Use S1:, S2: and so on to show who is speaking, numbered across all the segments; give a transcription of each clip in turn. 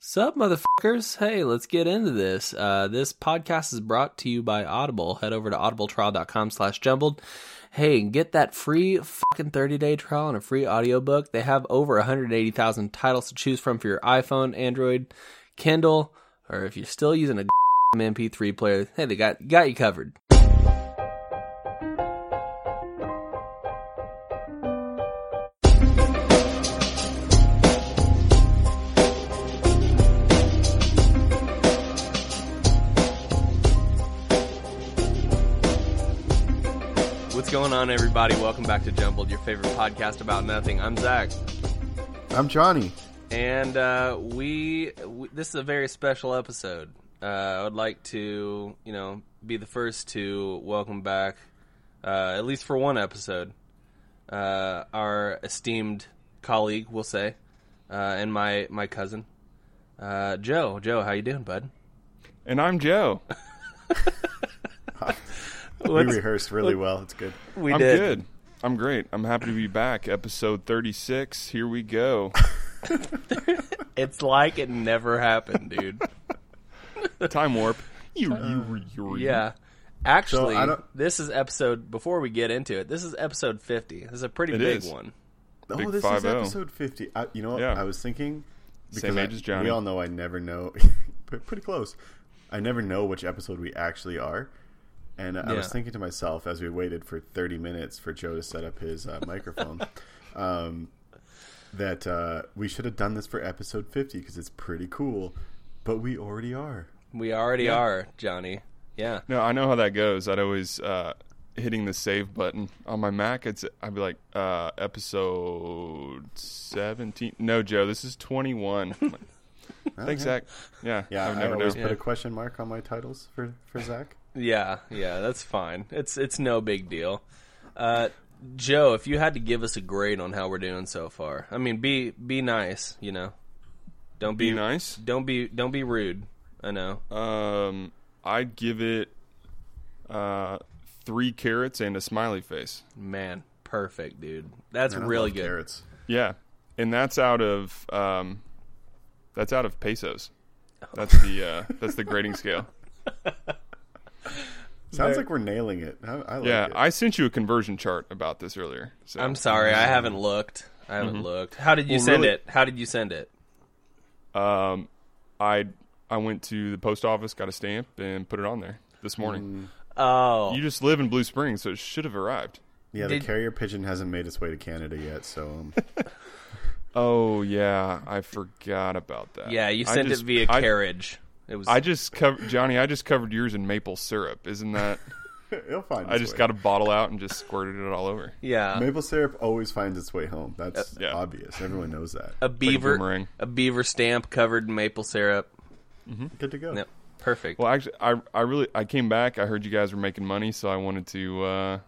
S1: Sup, motherfuckers? Hey, let's get into this. Uh, this podcast is brought to you by Audible. Head over to audibletrial.com slash jumbled. Hey, and get that free fucking 30-day trial and a free audiobook. They have over 180,000 titles to choose from for your iPhone, Android, Kindle, or if you're still using a MP3 player, hey, they got got you covered. What's going on, everybody? Welcome back to Jumbled, your favorite podcast about nothing. I'm Zach.
S2: I'm Johnny.
S1: and uh, we, we this is a very special episode. Uh, I would like to, you know, be the first to welcome back, uh, at least for one episode, uh, our esteemed colleague, we'll say, uh, and my my cousin, uh, Joe. Joe, how you doing, bud?
S3: And I'm Joe.
S2: we rehearsed really well. It's good.
S1: we
S3: I'm
S1: did.
S3: good. I'm great. I'm happy to be back. Episode 36. Here we go.
S1: It's like it never happened, dude.
S3: Time warp. You, you, you, you.
S1: yeah. Actually,
S2: So I don't-
S1: this is episode. Before we get into it, this is episode fifty. This is a pretty
S3: It
S1: big
S3: is.
S1: one.
S2: Oh,
S3: Big
S2: this is
S3: 5-0.
S2: episode 50. I, you know what?
S3: Yeah.
S2: I was thinking. Because
S3: Same
S2: I-
S3: age as Johnny.
S2: We all know I never know. but pretty close. I never know which episode we actually are. And I was
S1: Yeah.
S2: thinking to myself as we waited for 30 minutes for Joe to set up his uh, microphone um, that uh, we should have done this for episode 50 because it's pretty cool. But we already are.
S1: We already are, Johnny. Yeah.
S3: No, I know how that goes. I'd always uh, hitting the save button on my Mac. It's I'd be like uh, episode 17. No, Joe, this is 21. I'm like, Thanks, Zach. Yeah,
S2: Yeah,
S3: I've
S2: I
S3: never
S2: always
S3: known.
S2: put a question mark on my titles for, for Zach.
S1: Yeah, yeah, that's fine. It's it's no big deal. Uh Joe, if you had to give us a grade on how we're doing so far. I mean, be be nice, you know. Don't be,
S3: Be nice.
S1: Don't be don't be rude. I know.
S3: Um, I'd give it uh, three carrots and a smiley face.
S1: Man, perfect, dude. That's
S2: And I
S1: really
S2: love
S1: good.
S2: Carrots.
S3: Yeah, and that's out of um, that's out of pesos. That's the uh, that's the grading scale.
S2: Sounds like we're nailing it. I, I like
S3: Yeah,
S2: it.
S3: I sent you a conversion chart about this earlier. So.
S1: I'm sorry, I haven't looked. I haven't looked. How did you
S3: Well,
S1: send
S3: really-
S1: it? How did you send it?
S3: Um, I I went to the post office, got a stamp, and put it on there this morning.
S1: Oh.
S3: You just live in Blue Springs, so it should have arrived.
S2: Yeah,
S1: Did-
S2: the carrier pigeon hasn't made its way to Canada yet, so um,
S3: Oh yeah, I forgot about that.
S1: yeah, you
S3: I
S1: sent
S3: just-
S1: it via
S3: I-
S1: carriage. It was
S3: I just covered Johnny. I just covered yours in maple syrup. Isn't that?
S2: it'll find. Its
S3: I just
S2: way.
S3: got a bottle out and just squirted it all over.
S1: yeah.
S2: maple syrup always finds its way home. That's
S3: yeah.
S2: obvious. Everyone knows that.
S1: a beaver
S3: boomerang.
S1: a beaver stamp covered in maple syrup.
S2: Good to go.
S1: Yep. Perfect.
S3: Well, actually, I I really I came back. I heard you guys were making money, so I wanted to uh,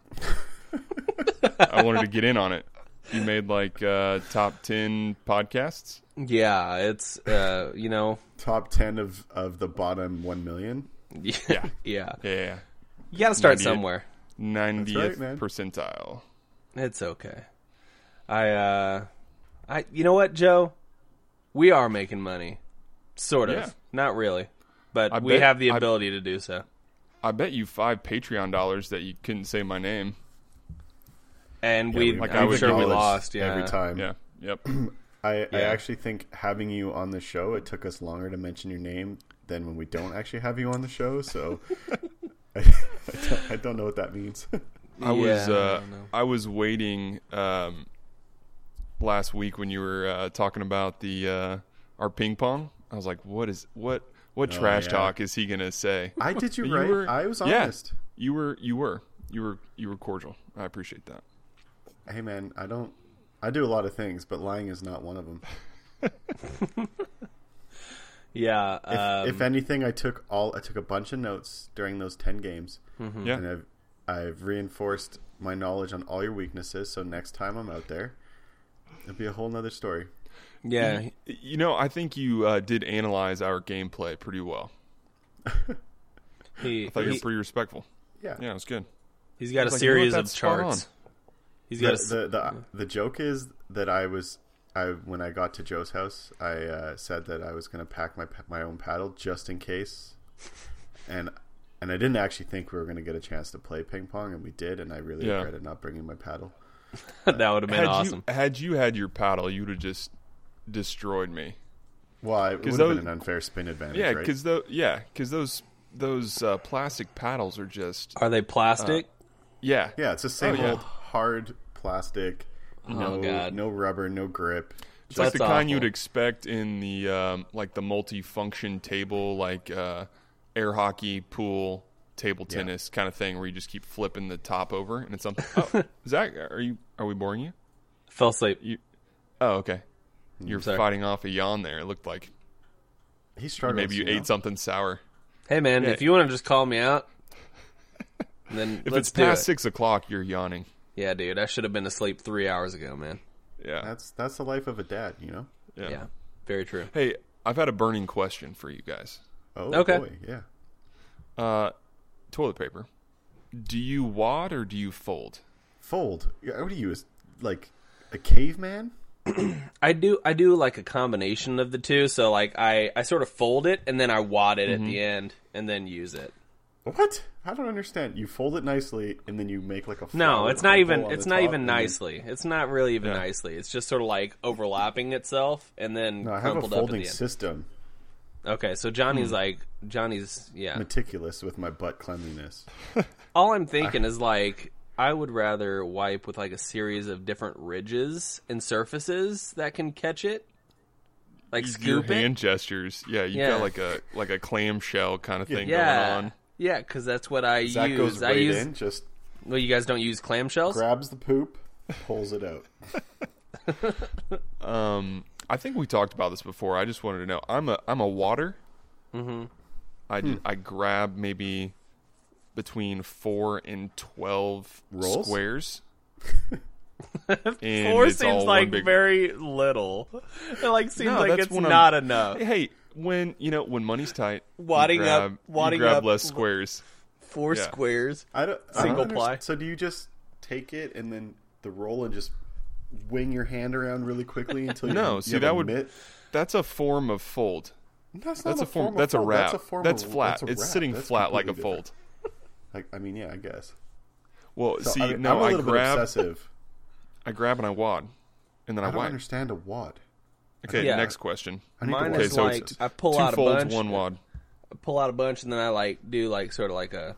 S3: I wanted to get in on it. You made like uh, top ten podcasts.
S1: Yeah, it's uh, you know,
S2: Top ten of of the bottom one million.
S1: yeah, yeah.
S3: Yeah,
S1: You got to start
S3: 98.
S1: somewhere.
S3: ninetieth
S2: man.
S3: percentile.
S1: It's okay. I, uh, I, you know what, Joe? We are making money, sort of.
S3: Yeah.
S1: Not really, but
S3: I
S1: we
S3: bet-
S1: have the
S3: I-
S1: ability to do so.
S3: I bet you five Patreon dollars that you couldn't say my name.
S1: And we,
S3: like, I
S1: I'm
S3: would
S1: sure we
S3: acknowledge
S1: lost. Yeah,
S2: every time.
S3: Yeah. Yep.
S2: I, I
S3: Yeah.
S2: actually think having you on the show, it took us longer to mention your name than when we don't actually have you on the show. So I, I, don't, I don't know what that means.
S3: I was
S1: Yeah, I
S3: uh,
S1: don't know.
S3: I was waiting um, last week when you were uh, talking about the uh, our ping pong. I was like, what is what what trash
S2: Oh, yeah.
S3: talk is he gonna say?
S2: I did you,
S3: You
S2: right.
S3: were-
S2: I was
S3: yeah.
S2: honest.
S3: You were you were you were you were cordial. I appreciate that.
S2: Hey man, I don't. I do a lot of things, but lying is not one of them.
S1: yeah. um,
S2: if anything, I took all I took a bunch of notes during those ten games,
S1: Mm-hmm.
S3: Yeah.
S2: and I've I've reinforced my knowledge on all your weaknesses. So next time I'm out there, it'll be a whole nother story.
S1: yeah,
S3: You know, I think you uh, did analyze our gameplay pretty well.
S1: he,
S3: I thought you were
S1: he
S3: pretty respectful.
S2: Yeah,
S3: Yeah, it was good.
S1: he's got a
S3: like, you know what,
S1: series of
S3: that's spot
S1: charts.
S3: on.
S1: He's
S2: The,
S1: got a s-
S2: the the the joke is that I was I when I got to Joe's house, I uh, said that I was going to pack my pa- my own paddle just in case, and and I didn't actually think we were going to get a chance to play ping pong, and we did, and I really
S3: Yeah.
S2: regretted not bringing my paddle.
S1: that would have been
S3: had
S1: awesome.
S3: you had you had your paddle, you would have just destroyed me.
S2: Well, it would have
S3: those-
S2: been an unfair spin advantage,
S3: Yeah,
S2: right?
S3: because though yeah, because those those uh, plastic paddles are just
S1: Are they plastic?
S3: Uh, yeah
S2: Yeah, it's the same
S3: Oh, yeah.
S2: old hard plastic, no
S1: Oh, God.
S2: no rubber, no grip.
S3: It's like
S1: That's
S3: the kind
S1: awful.
S3: you'd expect in the um, like the multi-function table, like uh, air hockey, pool, table
S2: Yeah.
S3: tennis kind of thing, where you just keep flipping the top over, and it's something. Oh, Zach, are you? Are we boring you?
S1: Fell asleep.
S3: Oh, okay. You're
S1: Mm, Sorry.
S3: fighting off a yawn there. It looked like
S2: He struggles.
S3: maybe you
S2: know?
S3: ate something sour.
S1: Hey man, if you want to just call me out, then
S3: If
S1: let's
S3: it's
S1: do
S3: past
S1: it.
S3: six o'clock, you're yawning.
S1: Yeah, dude, I should have been asleep three hours ago, man.
S3: Yeah,
S2: That's that's the life of a dad, you know.
S3: yeah.
S1: Yeah, very true.
S3: Hey, I've had a burning question for you guys.
S2: Oh
S1: Okay.
S2: boy, yeah.
S3: Uh, toilet paper. Do you wad or do you fold?
S2: Fold. Yeah, What are you, is like a caveman?
S1: I do I do like a combination of the two. So like I I sort of fold it and then I wad it
S2: Mm-hmm.
S1: at the end and then use it.
S2: What? I don't understand. You fold it nicely, and then you make like a.
S1: No,
S2: flower
S1: it's not
S2: bubble
S1: even
S2: on
S1: it's
S2: the
S1: not
S2: top, mm-hmm.
S1: even
S2: and then-
S1: nicely. It's not really even
S3: Yeah.
S1: nicely. It's just sort of like overlapping itself and then
S2: No, I have a
S1: crumpled up at the
S2: folding Mm.
S1: end.
S2: system.
S1: Okay, so Johnny's like Johnny's yeah.
S2: Meticulous with my butt cleanliness.
S1: All I'm
S3: Uh.
S1: thinking is like I would rather wipe with like a series of different ridges and surfaces that can catch it. Like
S3: your
S1: scoop it.
S3: hand gestures. Yeah, you
S1: Yeah.
S3: got like a like a clamshell kind of thing
S1: yeah.
S3: going on.
S1: Yeah, because that's what I
S2: Zach
S1: use.
S2: goes
S1: I
S2: right
S1: use
S2: in, just
S1: Well, you guys don't use clamshells?
S2: grabs the poop, pulls it out.
S3: Um, I think we talked about this before. I just wanted to know. I'm a I'm a water. Mm-hmm.
S1: Hmm.
S3: I ju- I grab maybe between four and twelve
S2: Rolls?
S3: squares. And
S1: Four
S3: it's all
S1: seems
S3: one
S1: like
S3: big-
S1: very little. It like seems
S3: No,
S1: like
S3: that's
S1: it's
S3: when I'm-
S1: not enough.
S3: Hey, hey, when you know when money's tight, you
S1: Wadding up-
S3: grab- you
S1: wadding
S3: grab
S1: up-
S3: less squares.
S1: Four
S3: Yeah.
S1: squares.
S2: I don't I don't
S1: Single
S2: underst-
S1: ply.
S2: So do you just take it and then the roll and just wing your hand around really quickly until you
S3: No,
S2: you
S3: see,
S2: have
S3: that
S2: a
S3: would-
S2: mitt?
S3: That's a form of fold.
S2: That's, not
S3: That's a form.
S2: of
S3: that's, a
S2: fold.
S3: wrap. That's,
S2: form of-
S3: flat.
S2: that's a
S3: it's
S2: wrap.
S3: sitting
S2: That's
S3: flat like a
S2: completely different.
S3: fold.
S2: Like I mean, yeah, I guess.
S3: Well,
S2: So,
S3: see,
S2: I mean,
S3: no,
S2: I'm a
S3: I
S2: little
S3: grab.
S2: bit obsessive.
S3: I grab and I wad, and then I,
S2: I don't
S3: wipe.
S2: understand a wad.
S3: Okay,
S1: Yeah.
S3: next question.
S2: I need
S1: Mine
S2: the
S3: Okay,
S1: is
S2: wad.
S3: so
S1: like
S3: it's
S1: I pull
S3: Two
S1: out a
S3: folds,
S1: bunch,
S3: one wad.
S1: pull out a bunch, and then I like do like sort of like a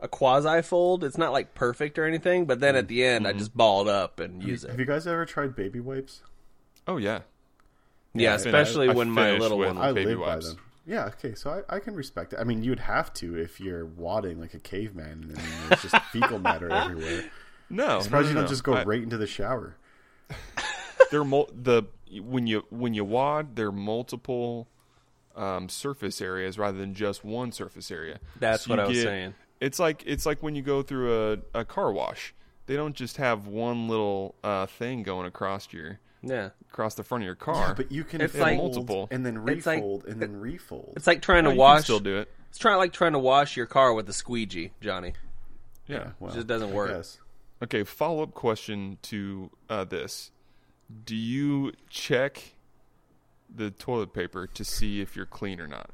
S1: a quasi fold. It's not like perfect or anything, but
S3: Mm.
S1: then at the end I
S3: Mm-hmm.
S1: just ball it up and use it.
S2: Have you guys ever tried baby wipes?
S3: Oh
S1: yeah,
S3: yeah,
S2: I mean, I-
S1: especially
S3: I
S1: when my
S3: finish
S1: little
S3: with-
S1: one.
S2: I
S3: baby
S2: live
S3: wipes.
S2: by them. Yeah, okay, so I, I can respect it. I mean, you'd have to if you're wadding like a caveman and then there's just fecal matter everywhere.
S3: no. no,
S2: Surprised
S3: no,
S2: you don't
S3: no.
S2: just go
S3: I-
S2: right into the shower.
S3: They're mul- the when you when you wad, there are multiple um, surface areas rather than just one surface area.
S1: That's
S3: So
S1: what
S3: you
S1: I was
S3: get-
S1: saying.
S3: It's like it's like when you go through a, a car wash. They don't just have one little uh, thing going across your
S1: Yeah,
S3: across the front of your car.
S2: But you can
S1: It's
S2: fold
S1: like-
S3: Multiple.
S2: and then
S1: It's like-
S2: refold and then refold.
S1: it's like trying
S3: No,
S1: to
S3: you can
S1: wash.
S3: still do it.
S1: It's trying like trying to wash your car with a squeegee, Johnny.
S3: Yeah.
S2: Well,
S1: just doesn't
S2: I
S1: work.
S2: guess.
S3: Okay, follow up question to uh, this: Do you check the toilet paper to see if you're clean or not?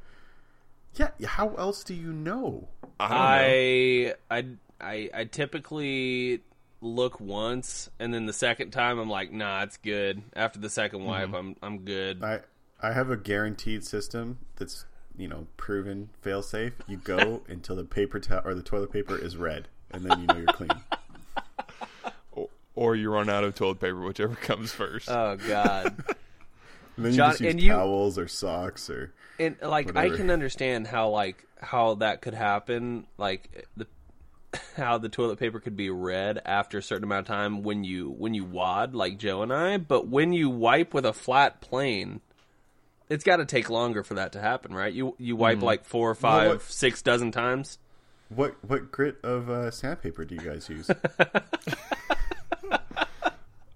S2: Yeah, how else do you know?
S3: don't know.
S1: I I I I typically look once and then the second time I'm like, nah, it's good. After the second wipe,
S3: Mm-hmm.
S1: I'm I'm good.
S2: I I have a guaranteed system that's you know proven fail safe. You go until the paper towel or the toilet paper is red, and then you know you're clean.
S3: O- or you run out of toilet paper, whichever comes first.
S1: Oh god.
S2: And then
S1: John,
S2: you just use
S1: and you-
S2: towels or socks or
S1: and like I
S2: Whatever.
S1: can understand how like how that could happen, like the how the toilet paper could be red after a certain amount of time when you when you wad like Joe and I, but when you wipe with a flat plane, it's got to take longer for that to happen, right? You you wipe like four or five,
S2: what-
S1: six dozen times.
S2: what what grit of uh, sandpaper do you guys use?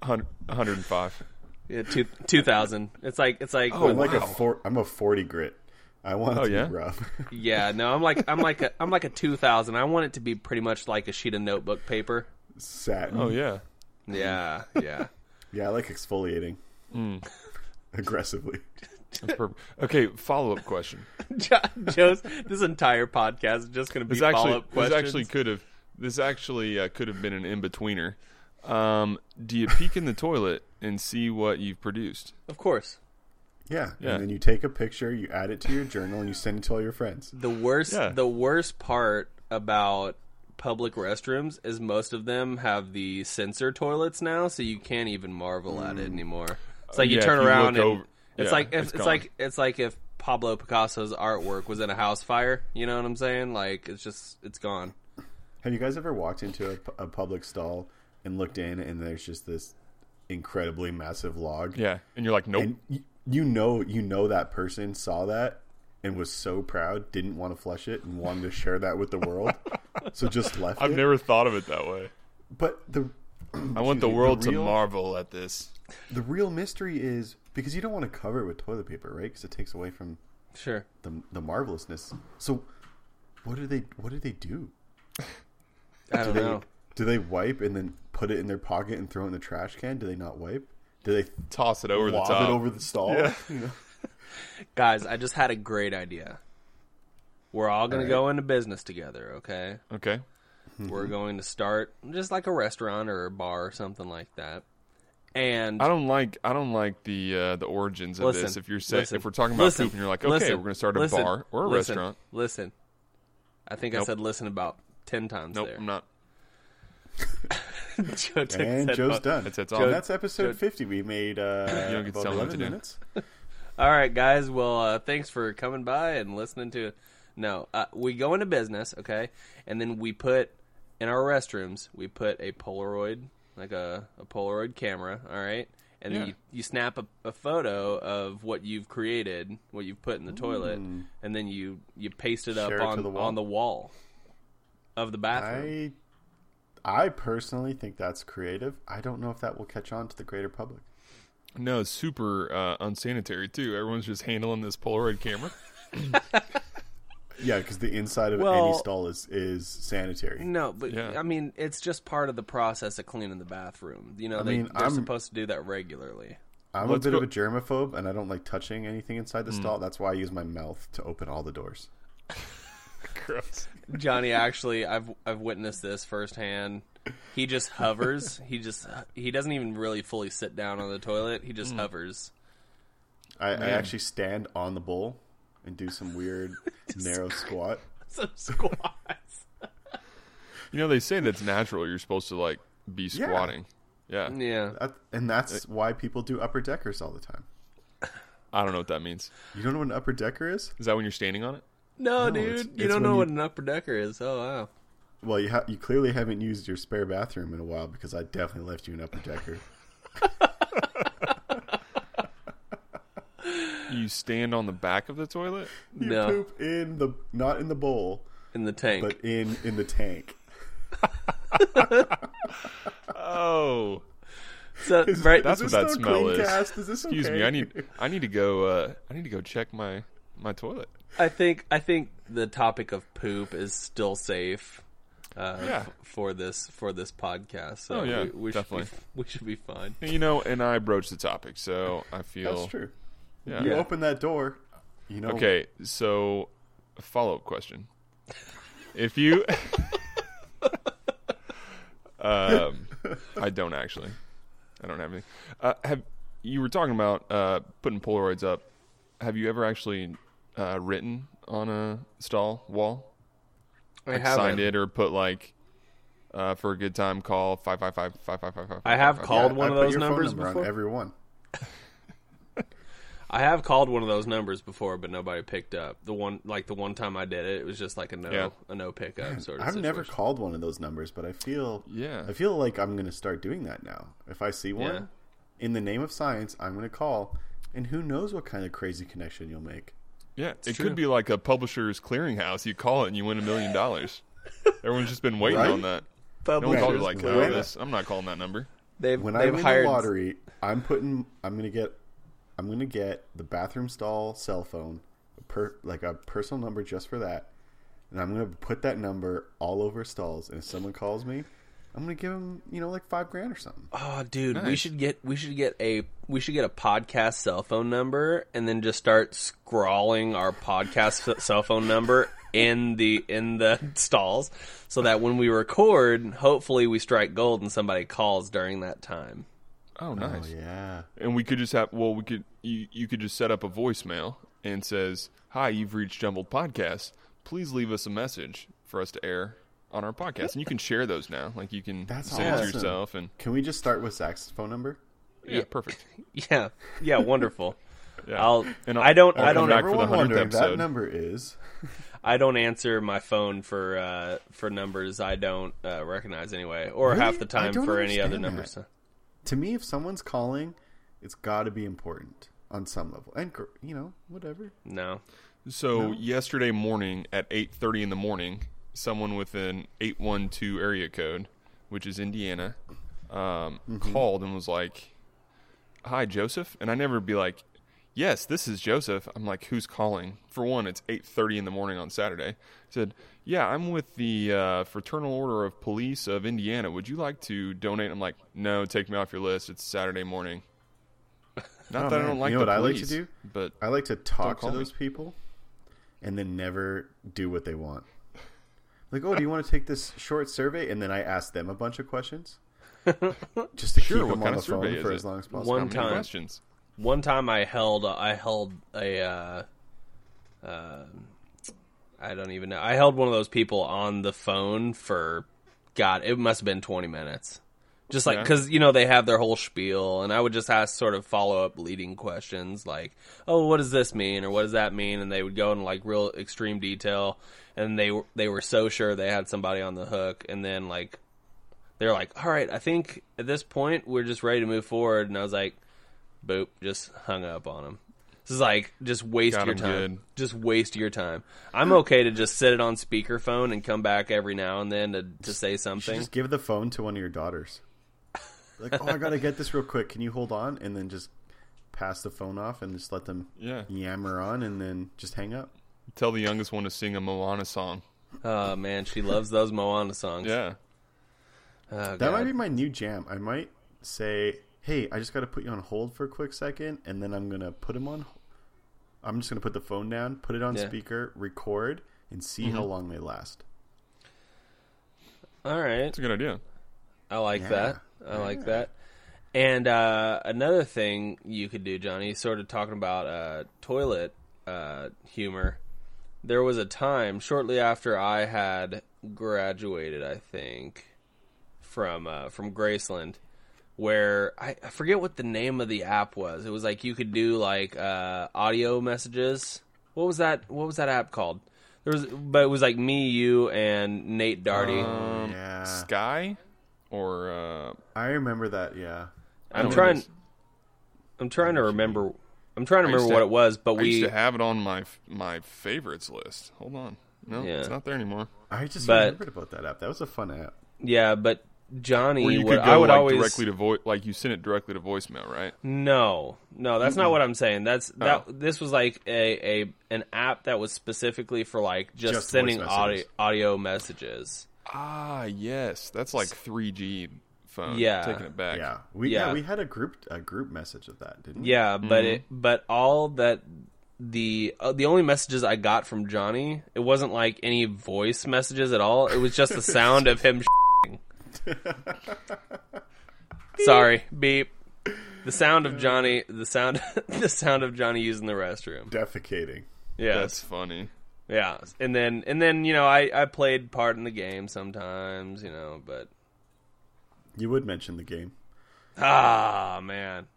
S3: Hun- 105.
S1: Yeah, two two thousand. It's like it's like
S2: Oh, I'm like a
S3: wow.
S2: four, I'm a forty grit. I want it
S3: Oh,
S2: to
S3: yeah?
S2: be rough.
S1: yeah. No, I'm like I'm like a I'm like a two thousand. I want it to be pretty much like a sheet of notebook paper.
S2: Satin.
S3: Oh yeah.
S1: Yeah, yeah.
S2: Yeah, I like exfoliating.
S3: Hmm.
S2: aggressively.
S3: That's perfect. Okay, follow up question.
S1: Jo- Joe's this entire podcast is just going to be
S3: This
S1: follow
S3: actually,
S1: up
S3: this
S1: questions.
S3: actually could have, this actually uh, could have been an in betweener. Um, do you peek in the toilet and see what you've produced?
S1: of course,
S2: Yeah.
S3: Yeah.
S2: And then you take a picture, you add it to your journal, and you send it to all your friends.
S1: the worst
S3: Yeah.
S1: the worst part about public restrooms is most of them have the sensor toilets now, so you can't even marvel at it anymore. It's like you
S3: Mm. Yeah, if
S1: turn
S3: you
S1: around
S3: look
S1: and
S3: over-
S1: it's
S3: yeah,
S1: like if,
S3: it's
S1: it's, like it's like if Pablo Picasso's artwork was in a house fire. You know what I'm saying? Like it's just it's gone.
S2: Have you guys ever walked into a, pu- a public stall and looked in, and there's just this incredibly massive log?
S3: Yeah, and you're like, nope.
S2: And y- you know, you know that person saw that and was so proud, didn't want to flush it, and wanted to share that with the world, so just left
S3: I've
S2: it.
S3: never thought of it that way.
S2: but the
S3: I want the
S2: me, the
S3: world to
S2: real-
S3: marvel at this.
S2: the real mystery is because you don't want to cover it with toilet paper, right? Because it takes away from
S1: Sure.
S2: the the marvelousness. So, what do they what do they do?
S1: I don't
S2: They-
S1: know.
S2: Do they wipe and then put it in their pocket and throw it in the trash can? Do they not wipe? Do they
S3: Toss it over
S2: lob
S3: the top.
S2: it over the stall?
S3: Yeah.
S2: You know?
S1: Guys, I just had a great idea. We're all going
S2: All
S1: to
S2: right.
S1: go into business together, okay?
S3: okay. Mm-hmm.
S1: We're going to start just like a restaurant or a bar or something like that. And
S3: I don't like I don't like the uh, the origins of this.
S1: Listen,
S3: If you're saying
S1: listen,
S3: if we're talking about
S1: listen,
S3: poop and you're like, okay,
S1: listen,
S3: we're gonna start a
S1: listen,
S3: bar or a
S1: listen,
S3: restaurant.
S1: Listen. I think I
S3: Nope.
S1: said listen about 10 times
S3: Nope,
S1: there.
S3: I'm not.
S1: Joe took
S2: And
S1: that
S2: Joe's
S1: one.
S2: done.
S3: That's- that's
S2: And
S3: all.
S2: that's episode fifty. We made uh,
S3: don't get to
S2: about
S3: tell him what
S2: eleven
S3: to do.
S2: minutes.
S1: All right, guys. Well, uh, thanks for coming by and listening to. No, uh, we go into business, okay, and then we put in our restrooms. We put a Polaroid, like a, a Polaroid camera. All right, and then
S3: Yeah.
S1: you, you snap a, a photo of what you've created, what you've put in the toilet, and then you you paste it up
S2: Mm. Share it to
S1: on
S2: the wall.
S1: on the wall of the bathroom.
S2: I I personally think that's creative. I don't know if that will catch on to the greater public.
S3: No, it's super uh, unsanitary too. Everyone's just handling this Polaroid camera.
S2: Yeah, because the inside of
S1: Well-
S2: any stall is is sanitary.
S1: No, but
S3: Yeah.
S1: I mean, it's just part of the process of cleaning the bathroom. You know, they,
S2: mean,
S1: they're
S2: I'm-
S1: supposed to do that regularly.
S2: I'm
S3: Let's
S2: a bit
S3: go- Hmm.
S2: of a germaphobe, and I don't like touching anything inside the stall. That's why I use my mouth to open all the doors.
S3: Gross.
S1: Johnny actually I've I've witnessed this firsthand. He just hovers. he just he doesn't even really fully sit down on the toilet. He just hovers.
S2: I, I actually stand on the bowl and do some weird narrow squat.
S1: Some squats.
S3: You know they say that's natural. You're supposed to like be
S2: Yeah.
S3: squatting. Yeah.
S1: yeah.
S2: That- and that's why people do upper deckers all the time.
S3: I don't know what that means.
S2: You don't know what an upper decker is?
S3: Is that when you're standing on it?
S1: No, dude,
S2: it's-
S1: you
S2: it's
S1: don't
S2: when
S1: know
S2: you-
S1: what an upper decker is. Oh wow.
S2: Well, you ha- you clearly haven't used your spare bathroom in a while because I definitely left you an upper decker.
S3: You stand on the back of the toilet.
S2: You
S1: No.
S2: poop in the not in the bowl,
S1: In the tank.
S2: but in in the tank.
S3: Oh,
S1: so right
S3: that's
S2: is
S3: what that
S2: this no
S3: smell
S2: clean
S3: is.
S2: Cast? Is this
S3: excuse
S2: okay?
S3: me. I need I need to go. Uh, I need to go check my my toilet.
S1: I think I think the topic of poop is still safe. Uh,
S3: Yeah.
S1: f- for this for this podcast, so
S3: Oh, yeah,
S1: we, we should
S3: definitely.
S1: be, we should be fine.
S3: You know, and I broached the topic, so I feel
S2: That's true.
S3: Yeah.
S2: You open that door, you know.
S3: Okay, so follow up question. If you um I don't actually. I don't have anything. Uh have you were talking about uh putting polaroids up. Have you ever actually uh written on a stall wall?
S1: I
S3: Like
S1: have
S3: signed
S1: a-
S3: it or put like uh for a good time call 555 555
S1: I have called
S2: Yeah,
S1: one
S2: I
S1: of
S2: put
S1: those
S2: your phone
S1: numbers
S2: number
S1: before.
S2: on every one.
S1: I have called one of those numbers before, but nobody picked up. The one, like the one time I did it, it was just like a no,
S3: Yeah.
S1: a no pickup sort of.
S2: I've never
S1: situation.
S2: called one of those numbers, but I feel
S3: Yeah.
S2: I feel like I'm going to start doing that now. If I see one,
S1: Yeah.
S2: in the name of science, I'm going to call, and who knows what kind of crazy connection you'll make.
S3: Yeah, it
S1: true.
S3: could be like a publisher's clearinghouse. You call it and you win a million dollars. Everyone's just been waiting
S2: Right?
S3: on that. No one
S1: Publishers
S3: called it like, oh,
S2: When-
S3: this, I'm not calling that number.
S1: they've
S2: When I
S1: they've
S2: win
S1: hired
S2: the lottery, I'm putting I'm going to get I'm going to get the bathroom stall cell phone, a per, like a personal number just for that. And I'm going to put that number all over stalls and if someone calls me, I'm gonna give him, you know, like five grand or something.
S1: Oh, dude, we
S3: Nice.
S1: should get we should get a we should get a podcast cell phone number and then just start scrawling our podcast f- cell phone number in the in the stalls so that when we record, hopefully we strike gold and somebody calls during that time.
S3: Oh, nice.
S2: Oh yeah.
S3: And we could just have. Well, we could. You, you could just set up a voicemail and says, "Hi, you've reached Jumbled Podcast. Please leave us a message for us to air on our podcast." And you can share those now. Like you can
S2: That's
S3: send it
S2: awesome.
S3: to yourself. And
S2: Can we just start with Zach's phone number?
S3: yeah, perfect.
S1: Yeah. Yeah, wonderful.
S3: Yeah.
S1: I'll
S3: And
S1: I don't
S3: I'll
S1: I don't
S3: come back for the
S2: Everyone
S3: 100th
S2: wondering that
S3: episode.
S2: number is.
S1: I don't answer my phone for uh for numbers I don't uh, recognize anyway or
S2: Really?
S1: half the
S2: I
S1: time
S2: don't
S1: for any other
S2: understand
S1: numbers.
S2: that. To me, if someone's calling, it's got to be important on some level, and gr- you know, whatever.
S1: No.
S3: So yesterday morning at eight thirty in the morning, someone with an eight one two area code, which is Indiana, um,
S2: Mm-hmm.
S3: called and was like, "Hi, Joseph," and I never be like, "Yes, this is Joseph." I'm like, "Who's calling?" For one, it's eight thirty in the morning on Saturday. I said, "Yeah, I'm with the uh, Fraternal Order of Police of Indiana. Would you like to donate?" I'm like, "No, take me off your list. It's Saturday morning." Not
S2: Oh,
S3: that
S2: man.
S3: I don't
S2: You
S3: like
S2: know
S3: the
S2: what I like to
S3: police,
S2: do?
S3: but
S2: I like to talk to
S3: call me.
S2: those people, and then never do what they want. Like, oh, do you want to take this short survey? And then I ask them a bunch of questions, just to
S3: Sure,
S2: keep
S3: what
S2: them on
S3: kind
S2: the
S3: of survey
S2: phone
S3: is
S2: for
S3: it?
S2: as long as possible.
S3: how
S1: One
S3: many
S1: time.
S3: questions?
S1: One time I held I held a uh, uh, I don't even know. I held one of those people on the phone for God, it must have been 20 minutes. Just like
S3: Yeah.
S1: cuz you know they have their whole spiel and I would just ask sort of follow-up leading questions like, "Oh, what does this mean?" or "What does that mean?" and they would go in like real extreme detail and they were they were so sure they had somebody on the hook and then like they're like, "All right, I think at this point we're just ready to move forward." And I was like, boop, just hung up on him. This is like just waste
S3: Got
S1: your
S3: him
S1: time.
S3: good.
S1: Just waste your time. I'm okay to just set it on speakerphone and come back every now and then to, to say
S2: You should
S1: something.
S2: just give the phone to one of your daughters. Like, oh, I gotta get this real quick. Can you hold on? And then just pass the phone off and just let them
S3: Yeah.
S2: yammer on, and then just hang up.
S3: Tell the youngest one to sing a Moana song.
S1: Oh man, she loves those Moana songs.
S3: Yeah.
S1: Oh,
S2: That
S1: God.
S2: might be my new jam. I might say, "Hey, I just got to put you on hold for a quick second, and then I'm gonna put him on. I'm just gonna put the phone down, put it on
S1: Yeah. Mm-hmm.
S2: speaker, record, and see how long they last."
S1: All right.
S3: That's a good idea.
S1: I like
S2: Yeah.
S1: that. I like that. And uh, another thing you could do, Johnny, sort of talking about uh, toilet uh, humor. There was a time shortly after I had graduated, I think, from uh, from Graceland, where I, I forget what the name of the app was. It was like you could do like uh, audio messages. What was that? What was that app called? There was, but it was like me, you, and Nate Darty.
S2: Oh.
S3: Um,
S2: Yeah.
S3: Sky or uh,
S2: I remember that. Yeah,
S3: I
S1: I'm
S3: don't
S1: trying.
S3: Know this.
S1: I'm trying to remember. I'm trying to
S3: I used
S1: remember
S3: to-
S1: what it was, but
S3: I
S1: we.
S3: used to have it on my f- my favorites list. Hold on. No,
S1: Yeah.
S3: it's not there anymore.
S2: I just
S1: But-
S2: remembered about that app. That was a fun app.
S1: Yeah, but
S3: Or
S1: Johnny,
S3: you
S1: what
S3: could go
S1: I would
S3: like
S1: always
S3: directly to voice, like you sent it directly to voicemail, right?
S1: no, no, that's not what I'm saying. That's that.
S3: Oh.
S1: This was like a, a an app that was specifically for like just,
S2: Just voice
S1: sending
S2: messages.
S1: audio audio messages.
S3: Ah, yes, that's like 3G phone.
S1: Yeah.
S3: taking it back.
S2: Yeah, we yeah.
S1: Yeah.
S2: we had a group a group message of that, didn't we?
S1: Yeah, but it but all that the uh, the only messages I got from Johnny, it wasn't like any voice messages at all. It was just the sound of him. shitting. Sorry, beep. The sound of Johnny. The sound. the sound of Johnny using the restroom.
S2: defecating.
S1: Yeah,
S3: that's funny.
S1: yeah. And then and then you know I I played part in the game sometimes. You know, but
S2: You would mention the game.
S1: ah man,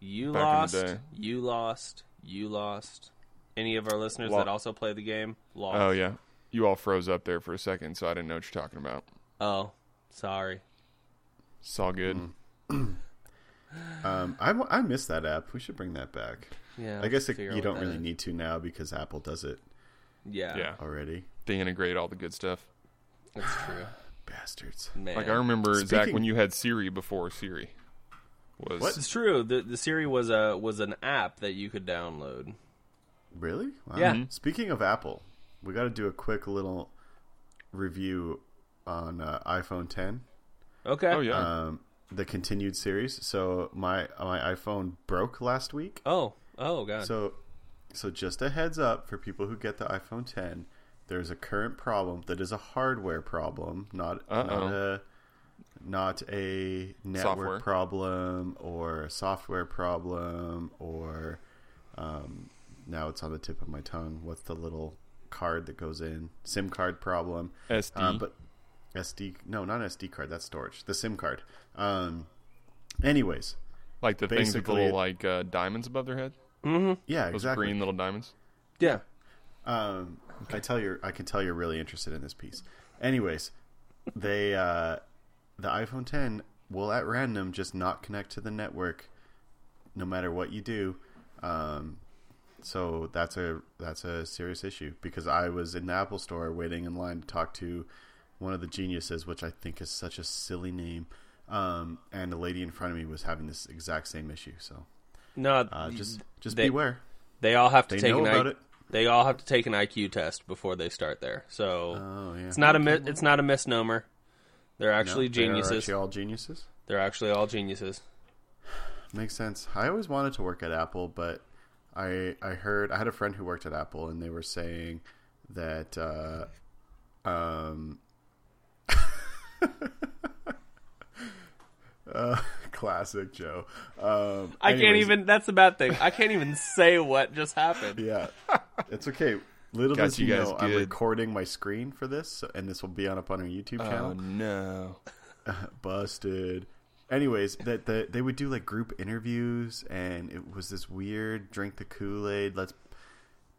S1: you
S3: Back in the
S1: lost.
S3: day.
S1: You lost. You lost. Any of our listeners
S3: Lo-
S1: that also play the game lost.
S3: Oh yeah, you all froze up there for a second, so I didn't know what you're talking about.
S1: Oh, sorry.
S3: It's all good.
S2: Mm-hmm. Um, I, I miss that app. We should bring that back.
S1: Yeah.
S2: I guess it,
S1: figure out
S2: you
S1: what
S2: don't
S1: that
S2: really
S1: is.
S2: need to now because Apple does it
S1: Yeah,
S3: Yeah,
S2: already.
S3: they integrate all the good stuff.
S1: that's true.
S2: Bastards.
S1: Man.
S3: Like I remember Zach
S2: Speaking-
S3: when you had Siri before Siri was
S2: What?
S1: it's true. The the Siri was a was an app that you could download.
S2: Really? Wow.
S1: Yeah. Mhm.
S2: Speaking of Apple, we got to do a quick little review on uh, iPhone 10.
S1: Okay.
S3: Oh yeah.
S2: Um, the continued series. So my my iPhone broke last week.
S1: Oh. Oh god.
S2: So so just a heads up for people who get the iPhone 10, there's a current problem that is a hardware problem, not not
S3: Uh-oh.
S2: a not a network
S3: Software.
S2: problem or a software problem or um, now it's on the tip of my tongue. What's the little card that goes in? SIM card problem.
S3: SD.
S2: Um, but SD no, not SD card. That's storage. The SIM card. Um, anyways,
S3: like the things with the
S2: basically
S3: little
S2: it-
S3: like uh, diamonds above their head.
S2: yeah,
S3: Those
S2: exactly.
S3: green little diamonds.
S1: yeah.
S2: Um, I tell you, I can tell you're really interested in this piece. Anyways, they uh, the iPhone 10 will at random just not connect to the network, no matter what you do. Um, so that's a that's a serious issue because I was in the Apple store waiting in line to talk to one of the geniuses, which I think is such a silly name. Um, and the lady in front of me was having this exact same issue. So
S1: No.
S2: uh, just just
S1: They-
S2: beware.
S1: they all have to
S2: they
S1: take
S2: know
S1: an
S2: about
S1: I-
S2: it.
S1: They all have to take an IQ test before they start there. So
S2: Oh yeah,
S1: it's not a mi- it's not a misnomer. They're actually geniuses.
S2: They're actually all geniuses.
S1: They're actually all geniuses.
S2: Makes sense. I always wanted to work at Apple, but I I heard I had a friend who worked at Apple, and they were saying that uh, um, uh, classic Joe. Um,
S1: I can't
S2: anyways,
S1: even. That's the bad thing. I can't even say what just happened.
S2: Yeah, it's okay. Little
S3: Got
S2: does
S3: you
S2: you
S3: guys
S2: know, I'm
S3: good.
S2: recording my screen for this, so- and this will be on up on our
S3: Uh,
S2: YouTube
S1: Oh,
S2: channel.
S3: no.
S2: busted. Anyways, that the, they would do like group interviews, and it was this weird drink the Kool Aid. Let's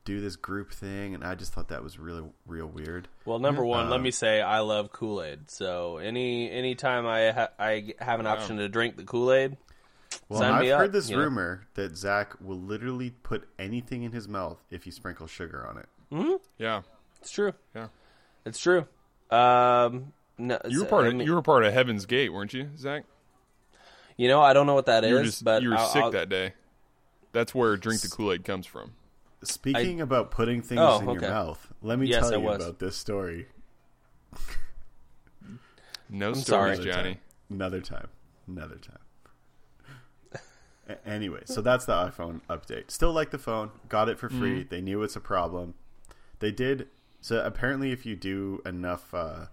S2: do this group thing, and I just thought that was really real weird.
S1: Well, number one,
S3: Uh,
S1: let me say I love Kool Aid. So any any time I ha- I have an option to drink the Kool Aid,
S2: Well,
S1: Sign
S2: I've
S1: me
S2: heard
S1: up,
S2: this
S1: you know.
S2: rumor that Zach will literally put anything in his mouth if you sprinkle sugar on it.
S3: Yeah.
S1: it's true.
S3: Yeah.
S1: It's true. Um, no,
S3: You were
S1: it's-
S3: part
S1: I
S3: of
S1: mean-
S3: you were part of Heaven's Gate, weren't you, Zach?
S1: you know, I don't know what that is,
S3: You were just
S1: but
S3: you were
S1: I'll-
S3: sick
S1: I'll-
S3: that day. That's where drink the Kool Aid comes from.
S2: Speaking about putting things
S1: Oh,
S2: in
S1: okay.
S2: your mouth, let me
S1: Yes,
S2: tell
S1: I
S2: you
S1: was.
S2: about this story
S3: No
S1: sorry.
S3: stories, Johnny.
S2: Another time. Another time. A- anyway, so that's the iPhone update. Still like the phone. Got it for free. They knew it's a problem. They did. So apparently, if you do enough uh,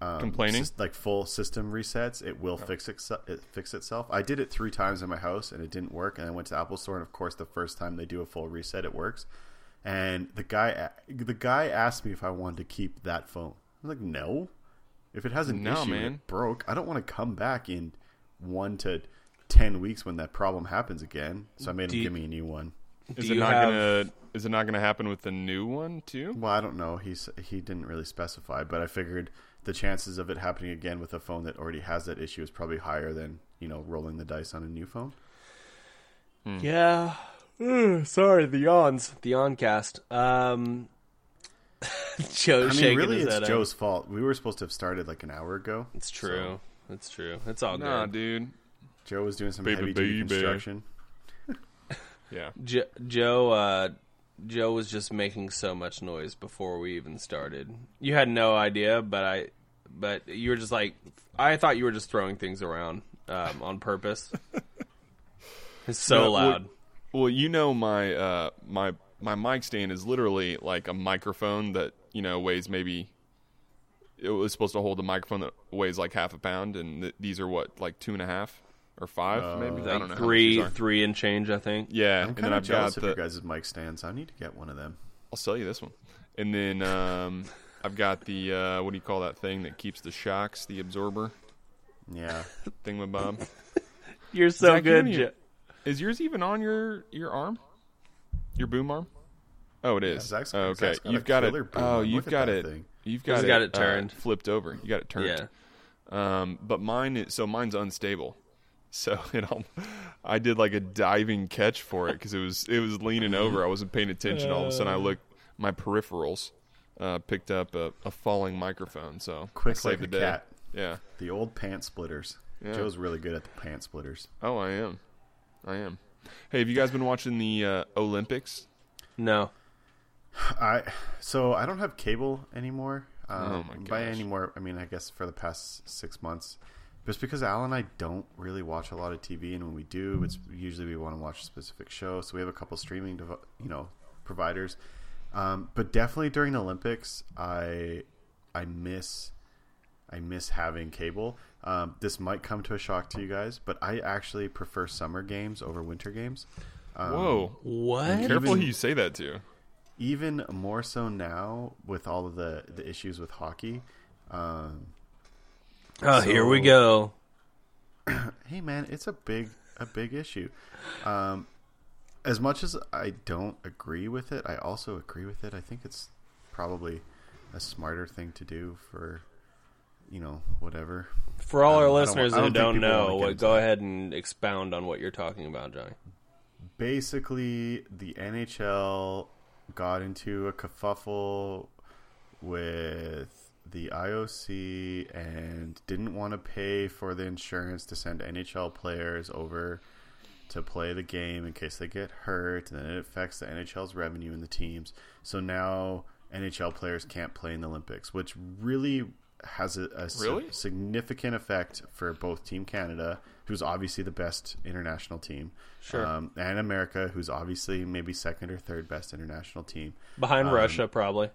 S3: Complaining.
S2: sys- like full system resets, it
S3: Oh.
S2: will fix ex- it fix itself. I did it three times in my house and it didn't work. And I went to the Apple Store, and of course, the first time they do a full reset, it works. And the guy the guy asked me if I wanted to keep that phone. I'm like, no. If it has an
S3: No,
S2: issue, and
S3: man.
S2: it broke. I don't want to come back in one to ten weeks when that problem happens again. So I made him
S1: you-
S2: give me a new one.
S3: Is
S1: Do
S3: it
S1: you
S3: not
S1: have-
S3: gonna is it not gonna happen with the new one too?
S2: Well, I don't know. He's he didn't really specify, but I figured the chances of it happening again with a phone that already has that issue is probably higher than you know rolling the dice on a new phone.
S1: Yeah. Ugh, sorry, the yawns. The yawn cast. Um, Joe
S2: I mean,
S1: shaking
S2: really,
S1: his
S2: it's
S1: head.
S3: eh?
S1: out.
S2: Joe's fault. We were supposed to have started like an hour ago.
S1: It's true. It's true. It's all
S3: Nah,
S1: good.
S3: dude.
S2: Joe was doing some
S3: Baby,
S2: heavy duty
S3: baby.
S2: construction.
S3: Yeah.
S1: Jo- Joe, uh, Joe was just making so much noise before we even started. You had no idea, but I, but you were just like, I thought you were just throwing things around um, on purpose. it's so
S3: No, well-
S1: loud.
S3: Well, you know my uh my my mic stand is literally like a microphone that, you know, weighs maybe it was supposed to hold a microphone that weighs like half a pound and th- these are what, like two and a half or five maybe? I don't know.
S1: like
S3: how much
S1: three,
S3: these are.
S1: three and change. I think.
S3: Yeah,
S2: Uh, I'm
S3: and then
S2: kind of
S3: I've got
S2: jealous of
S3: the
S2: your guys' mic stands. I need to get one of them.
S3: I'll sell you this one. And then um, I've got the uh, what do you call that thing that keeps the shocks, the absorber
S2: Yeah,
S3: thingamabob.
S1: You're so
S3: Zach, you
S1: good,
S3: and
S1: Joe.
S3: your- Is yours even on your your arm? Your boom arm? Oh, it is.
S2: Zach's-
S3: Oh, okay,
S2: Zach's got a
S3: you've got it.
S2: killer boom
S3: Oh,
S2: arm.
S3: you've
S2: Look at
S3: got
S2: that
S3: it.
S2: thing.
S3: You've got
S1: He's
S3: it,
S1: got it
S3: uh,
S1: turned.
S3: flipped over. You got it turned.
S1: Yeah.
S3: Um, but mine, is, so mine's unstable. So it, all, I did like a diving catch for it because it was it was leaning over. I wasn't paying attention. All of a sudden, I
S2: Uh.
S3: looked. My peripherals uh, picked up a, a falling microphone. So I
S2: Quick
S3: saved
S2: like
S3: the
S2: a
S3: day.
S2: cat.
S3: Yeah.
S2: the old pant splitters. Joe's really good at the pant splitters.
S3: Oh, I am. I am. Hey, have you guys been watching the uh, Olympics?
S1: No.
S2: I so I don't have cable anymore.
S3: Oh
S2: Um,
S3: my
S2: by
S3: gosh.
S2: any more, I mean, I guess for the past six months, just because Al and I don't really watch a lot of TV, and when we do, it's usually we want to watch a specific show. So we have a couple streaming, dev- you know, providers. Um, but definitely during the Olympics, I I miss I miss having cable. Um, this might come to a shock to you guys, but I actually prefer summer games over winter games. Um,
S3: Whoa.
S1: What?
S3: Careful
S2: even-
S3: who you say that to.
S2: even more so now with all of the, the issues with hockey. Um,
S1: Oh, here we go.
S2: hey man, it's a big a big issue. Um, as much as I don't agree with it, I also agree with it. I think it's probably a smarter thing to do for you know whatever.
S1: For all our
S2: don't- I don't
S1: listeners
S2: want- I
S1: who
S2: don't
S1: don't
S2: think people wanna
S1: know,
S2: get
S1: what,
S2: into
S1: go
S2: that.
S1: ahead and expound on what you're talking about, Johnny.
S2: Basically, the NHL got into a kerfuffle with the IOC and didn't want to pay for the insurance to send NHL players over to play the game in case they get hurt, and then it affects the NHL's revenue and the teams. So now NHL players can't play in the Olympics, which really has a, a si-
S3: Really?
S2: significant effect for both Team Canada, who's obviously the best international team,
S1: Sure.
S2: um, and America, who's obviously maybe second or third best international team. Um,
S1: Behind Russia, probably.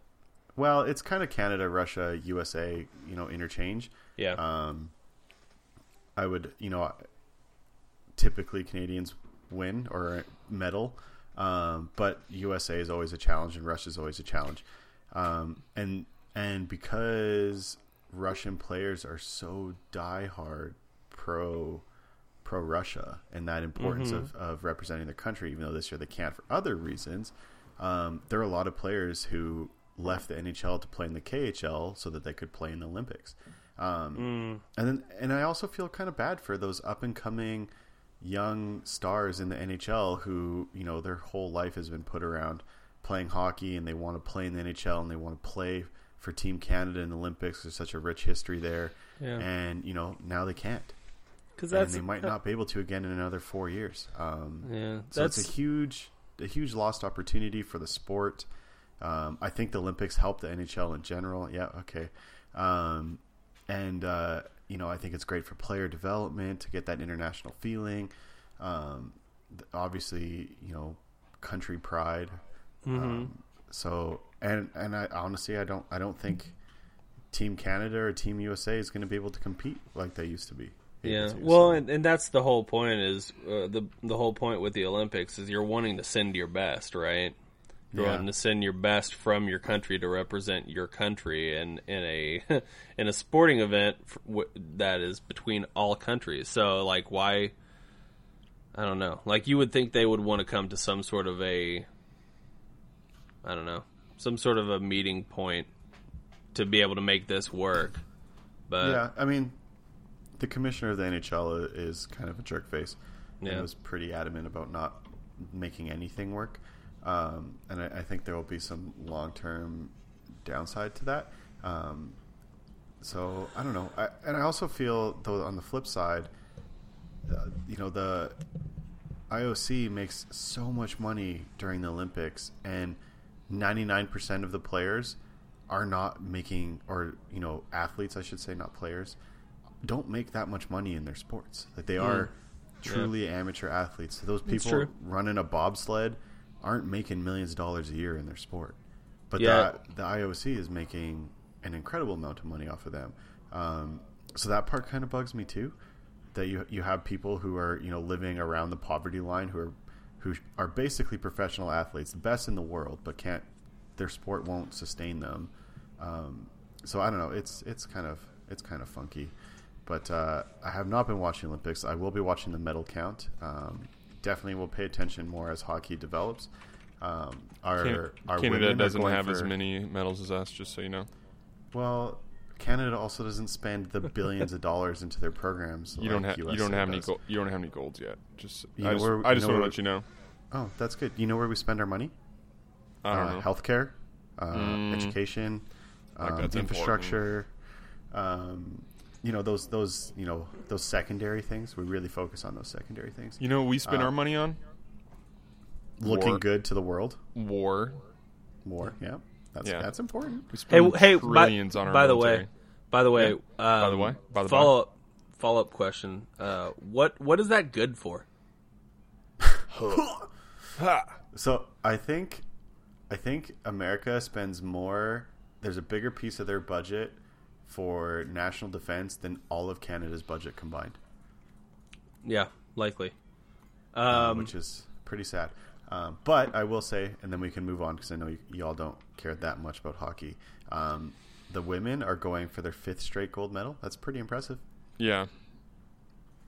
S2: Well, it's kind of Canada, Russia, USA, you know, interchange.
S1: Yeah.
S2: uh, I would, you know, typically Canadians win or medal, um, but USA is always a challenge and Russia is always a challenge, um, and and because Russian players are so diehard pro pro Russia and that importance of, of representing their country, even though this year they can't for other reasons, um, there are a lot of players who left the NHL to play in the KHL so that they could play in the Olympics. Um, and then, and I also feel kind of bad for those up and coming young stars in the NHL who you know their whole life has been put around playing hockey and they want to play in the NHL and they want to play for Team Canada in the Olympics. There's such a rich history there,
S1: Yeah.
S2: and you know now they can't,
S1: Because
S2: and they might not be able to again in another four years. Um,
S1: Yeah,
S2: so
S1: that's
S2: it's a huge, a huge lost opportunity for the sport. Um, I think the Olympics help the NHL in general. Yeah, okay. Um, and uh, you know, I think it's great for player development to get that international feeling. Um, th- obviously, you know, country pride.
S1: Mm-hmm.
S2: Um, so, and and I honestly, I don't, I don't think Team Canada or Team USA is going to be able to compete like they used to be. able
S1: yeah.
S2: to.
S1: Well,
S2: So-
S1: and, and that's the whole point is uh, the the whole point with the Olympics is you're wanting to send your best, right? You're
S2: Yeah.
S1: wanting to send your best from your country to represent your country in in a in a sporting event f- w- that is between all countries. So, like, why? I don't know. Like, you would think they would want to come to some sort of a I don't know some sort of a meeting point to be able to make this work. But
S2: yeah, I mean, the commissioner of the NHL i- is kind of a jerk face,
S1: Yeah.
S2: and was pretty adamant about not making anything work. Um, and I, I think there will be some long term downside to that. Um, so I don't know, I, and I also feel though on the flip side, uh, you know the IOC makes so much money during the Olympics, and 99% of the players are not making, or, you know, athletes, I should say, not players, don't make that much money in their sports. Like, they are truly amateur athletes. So those people
S1: true.
S2: running a bobsled aren't making millions of dollars a year in their sport. But
S1: Yeah.
S2: that, the IOC is making an incredible amount of money off of them. Um, so that part kind of bugs me too that you you have people who are you know living around the poverty line who are who are basically professional athletes, the best in the world, but can't their sport won't sustain them. Um, so I don't know. It's it's kind of it's kind of funky, but uh, I have not been watching Olympics. I will be watching the medal count. Um, definitely will pay attention more as hockey develops. Um, our
S3: Can-
S2: our
S3: Canada
S2: women are
S3: doesn't
S2: going
S3: have as
S2: for-
S3: many medals as us, just so you know.
S2: Well, Canada also doesn't spend the billions of dollars into their programs.
S3: You don't
S2: like
S3: have you
S2: USA
S3: don't have any
S2: does.
S3: go- you don't have any golds yet. Just
S2: You
S3: I
S2: know
S3: just,
S2: where-
S3: I
S2: you
S3: just
S2: know
S3: want to
S2: where-
S3: let you know.
S2: Oh, that's good. You know where we spend our money?
S3: I don't
S2: uh,
S3: know.
S2: Healthcare, uh,
S3: Mm.
S2: education,
S3: Like,
S2: um,
S3: that's important.
S2: infrastructure. Um, you know those those you know those secondary things. We really focus on those secondary things.
S3: You know what we spend
S2: uh,
S3: our money on
S2: Looking
S3: war.
S2: good to the world,
S3: war.
S2: more. Yeah, That's
S3: Yeah.
S2: that's important.
S3: We
S1: Hey,
S3: spend
S1: hey, by,
S3: trillions on our
S1: by the
S3: military.
S1: way, by the way, um,
S3: By the way, by the
S1: follow up, follow up question. Uh, what what is that good for?
S2: So I think, I think America spends more. There's a bigger piece of their budget for national defense than all of Canada's budget combined,
S1: Yeah, likely.
S2: uh,
S1: Um,
S2: which is pretty sad. Um, but I will say, and then we can move on because I know you, you all don't care that much about hockey. Um, the women are going for their fifth straight gold medal. That's pretty impressive.
S3: yeah,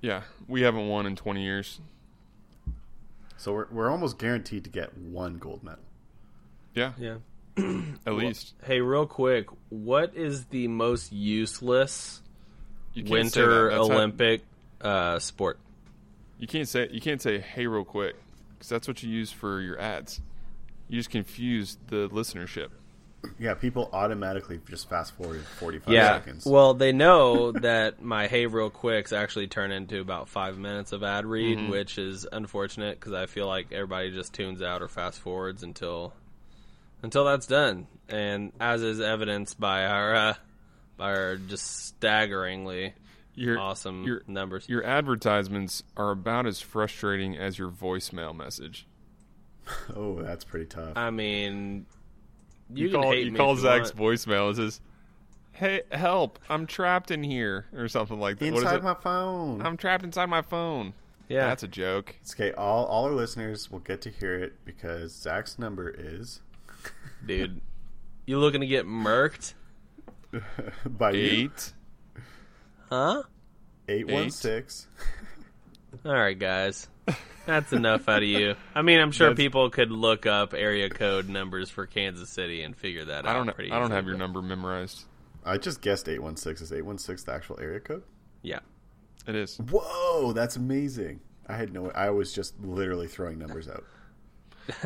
S3: yeah, we haven't won in 20 years.
S2: So we're, we're almost guaranteed to get one gold medal.
S3: Yeah,
S1: Yeah.
S3: at least
S1: Hey, real quick, what is the most useless
S3: you can't say that.
S1: winter
S3: That's how-
S1: Olympic uh, sport?
S3: you can't say you can't say hey real quick because that's what you use for your ads. You just confuse the listenership.
S2: Yeah, people automatically just fast forward 45
S1: Yeah.
S2: seconds.
S1: Well, they know that my hey real quicks actually turn into about five minutes of ad read, which is unfortunate because I feel like everybody just tunes out or fast forwards until until that's done, and as is evidenced by our uh, by our just staggeringly
S3: Your
S1: awesome
S3: Your
S1: numbers.
S3: your advertisements are about as frustrating as your voicemail message.
S2: oh, that's pretty tough.
S1: I mean, you, can
S3: call
S1: hate
S3: you
S1: me
S3: call
S1: if you
S3: Zach's
S1: want.
S3: voicemail. It says, "Hey, help! I'm trapped in here," or something like that. what is
S2: Inside
S3: it?
S2: my phone.
S3: I'm trapped inside my phone.
S1: Yeah,
S3: That's a joke.
S2: It's okay. All all our listeners will get to hear it because Zach's number is
S1: dude, you looking to get murked?
S2: by you
S3: Eight.
S1: Huh?
S2: eight one six.
S1: All right, guys. That's enough out of you. I mean, I'm sure
S3: That's-
S1: people could look up area code numbers for Kansas City and figure that
S3: I
S1: out
S3: don't.
S1: pretty
S3: I don't
S1: easily,
S3: have your
S1: but-
S3: number memorized.
S2: I just guessed eight one six is eight one six the actual area code.
S1: Yeah.
S3: It is.
S2: Whoa, that's amazing! I had no. I was just literally throwing numbers out.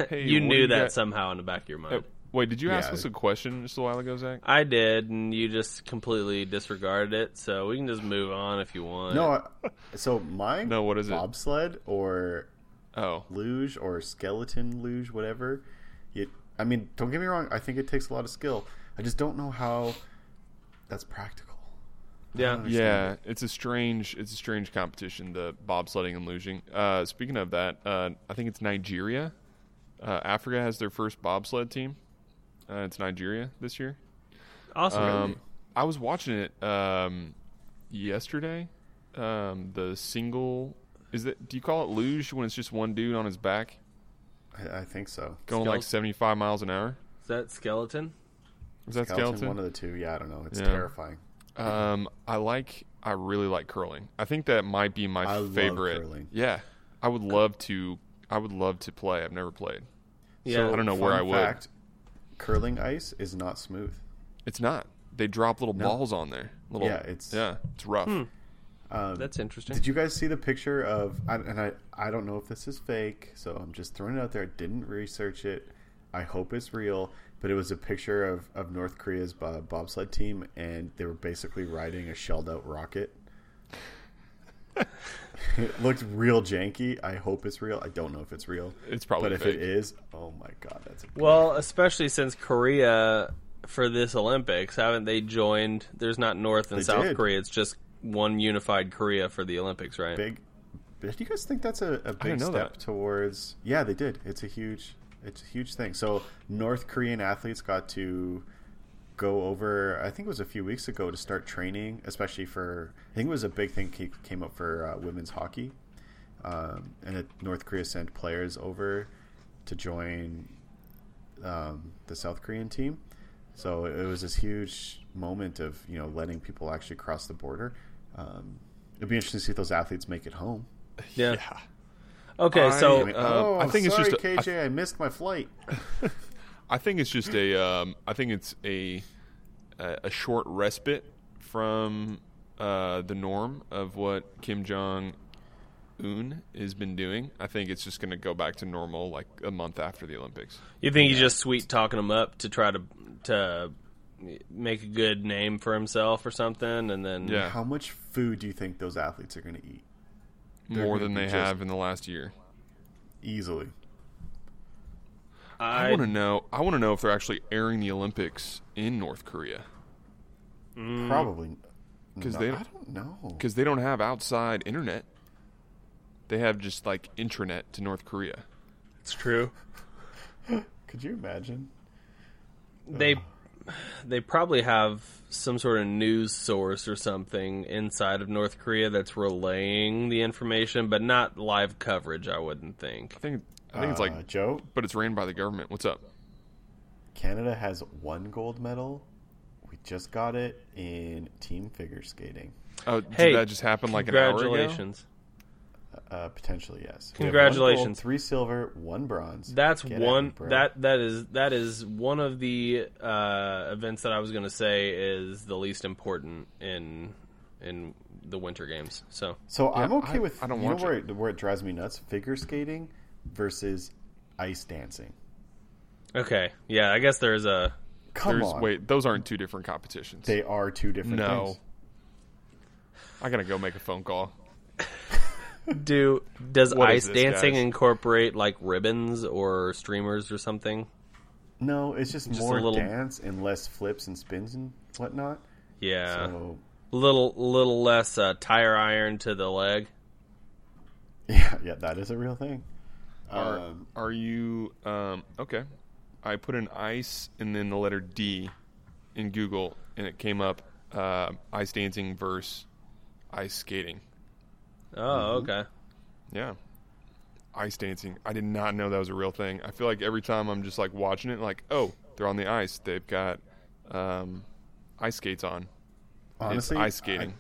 S3: Hey,
S1: You
S3: what do
S1: knew that
S3: got-
S1: somehow in the back of your mind.
S3: Oh, Wait, did you ask
S2: Yeah.
S3: us a question just a while ago, Zach?
S1: I did, and you just completely disregarded it, so we can just move on if you want.
S2: No, I, so mine.
S3: No, what is it?
S2: Bobsled or
S3: Oh,
S2: luge or skeleton luge, whatever. You, I mean, don't get me wrong. I think it takes a lot of skill. I just don't know how that's practical.
S1: Yeah.
S3: yeah. It's a strange. It's a strange competition. The bobsledding and losing. Uh, speaking of that, uh, I think it's Nigeria. Uh, Africa has their first bobsled team. Uh, it's Nigeria this year.
S1: Awesome.
S3: Um, I was watching it um, yesterday. Um, the single is that? Do you call it luge when it's just one dude on his back
S2: I, I think so.
S3: going like
S1: Skeleton.
S3: seventy-five miles an hour?
S1: Is that skeleton?
S3: Is that
S2: skeleton,
S3: skeleton?
S2: one of the two. Yeah, I don't know. It's
S3: Yeah.
S2: terrifying.
S3: Um, I like. I really like curling. I think that might be my
S2: I love
S3: favorite.
S2: curling.
S3: Yeah, I would love to. I would love to play. I've never played.
S1: Yeah.
S3: I don't know where I
S2: Fun
S3: would.
S2: fact, curling ice is not smooth.
S3: It's not. They drop little balls on there. Little,
S2: Yeah, it's-
S3: yeah, it's rough.
S1: That's interesting.
S2: Did you guys see the picture of? I- And I, I don't know if this is fake, so I'm just throwing it out there. I didn't research it. I hope it's real, but it was a picture of, of North Korea's bo- bobsled team, and they were basically riding a shelled out rocket. it looked real janky. I hope it's real. I don't know if it's real.
S3: It's probably
S2: but if
S3: fake.
S2: it is, oh my god, that's
S1: Well, especially since Korea for this Olympics, haven't they joined? There's not North and
S2: They
S1: South
S2: did.
S1: Korea. It's just one unified Korea for the Olympics, right?
S2: big. Do you guys think that's a, a big
S3: know
S2: step
S3: that.
S2: towards? Yeah, they did. It's a huge, it's a huge thing. So North Korean athletes got to go over. I think it was a few weeks ago to start training, especially for. I think it was a big thing ca- came up for uh, women's hockey, um, and that North Korea sent players over to join um, the South Korean team. So it was this huge moment of you know letting people actually cross the border. Um, it'd be interesting to see if those athletes make it home.
S1: Yeah. Okay, so
S2: I mean,
S3: Uh,
S2: oh,
S3: I
S2: I
S3: think
S2: think
S3: it's
S2: sorry,
S3: just a- I-
S2: KJ, I missed my flight.
S3: I think it's just a. Um, I think it's a a, a short respite from uh, the norm of what Kim Jong Un has been doing. I think it's just going to go back to normal like a month after the Olympics.
S1: you think he's just sweet talking him up to try to to make a good name for himself or something, and then
S3: Yeah,
S2: How much food do you think those athletes are going to eat? gonna
S3: more than
S2: be
S3: they
S2: just-
S3: have in the last year.
S2: Easily.
S3: I, want to know. I want to know if they're actually airing the Olympics in North Korea
S2: Probably.
S3: 'Cause
S2: no,
S3: they-
S2: I Mm. don't know.
S3: because they don't have outside internet. They have just like intranet to North Korea.
S4: It's true.
S2: Could you imagine?
S1: they they probably have some sort of news source or something inside of North Korea that's relaying the information, but not live coverage. I wouldn't think.
S3: I think. I think it's
S2: Uh,
S3: like,
S2: Joe.
S3: but it's ran by the government. What's up?
S2: Canada has one gold medal. We just got it in team figure skating.
S3: Oh, did
S1: Hey,
S3: that just happen like an hour ago?
S1: Congratulations.
S2: Uh, potentially, yes. We have one gold,
S1: Congratulations.
S2: three silver, one bronze.
S1: That's
S2: Get at
S1: one
S2: it, bro.
S1: that that is that is one of the uh, events that I was going to say is the least important in in the winter games. So
S2: So I'm okay
S3: I-
S2: with
S3: I don't
S2: you know
S3: watch
S2: where it. where it drives me nuts: figure skating versus ice dancing.
S1: okay, yeah, I guess there's a
S2: Come
S3: There's,
S2: on,
S3: wait, those aren't two different competitions.
S2: they are two different
S3: no.
S2: things.
S3: I gotta go make a phone call.
S1: do does
S3: What
S1: ice
S3: is this,
S1: dancing
S3: guys?
S1: incorporate like ribbons or streamers or something?
S2: No, it's just,
S1: Just a
S2: more
S1: little-
S2: dance and less flips and spins and whatnot.
S1: Yeah,
S2: So
S1: little little less uh, tire iron to the leg.
S2: yeah, yeah, that is a real thing.
S3: Are,
S2: Um,
S3: are you um, okay? I put an ice and then the letter D in Google, and it came up uh, ice dancing versus ice skating.
S1: Oh,
S2: Mm-hmm.
S1: okay.
S3: Yeah, ice dancing. I did not know that was a real thing. I feel like every time I'm just like watching it, like, oh, they're on the ice. They've got um, ice skates on.
S2: honestly,
S3: it's ice skating.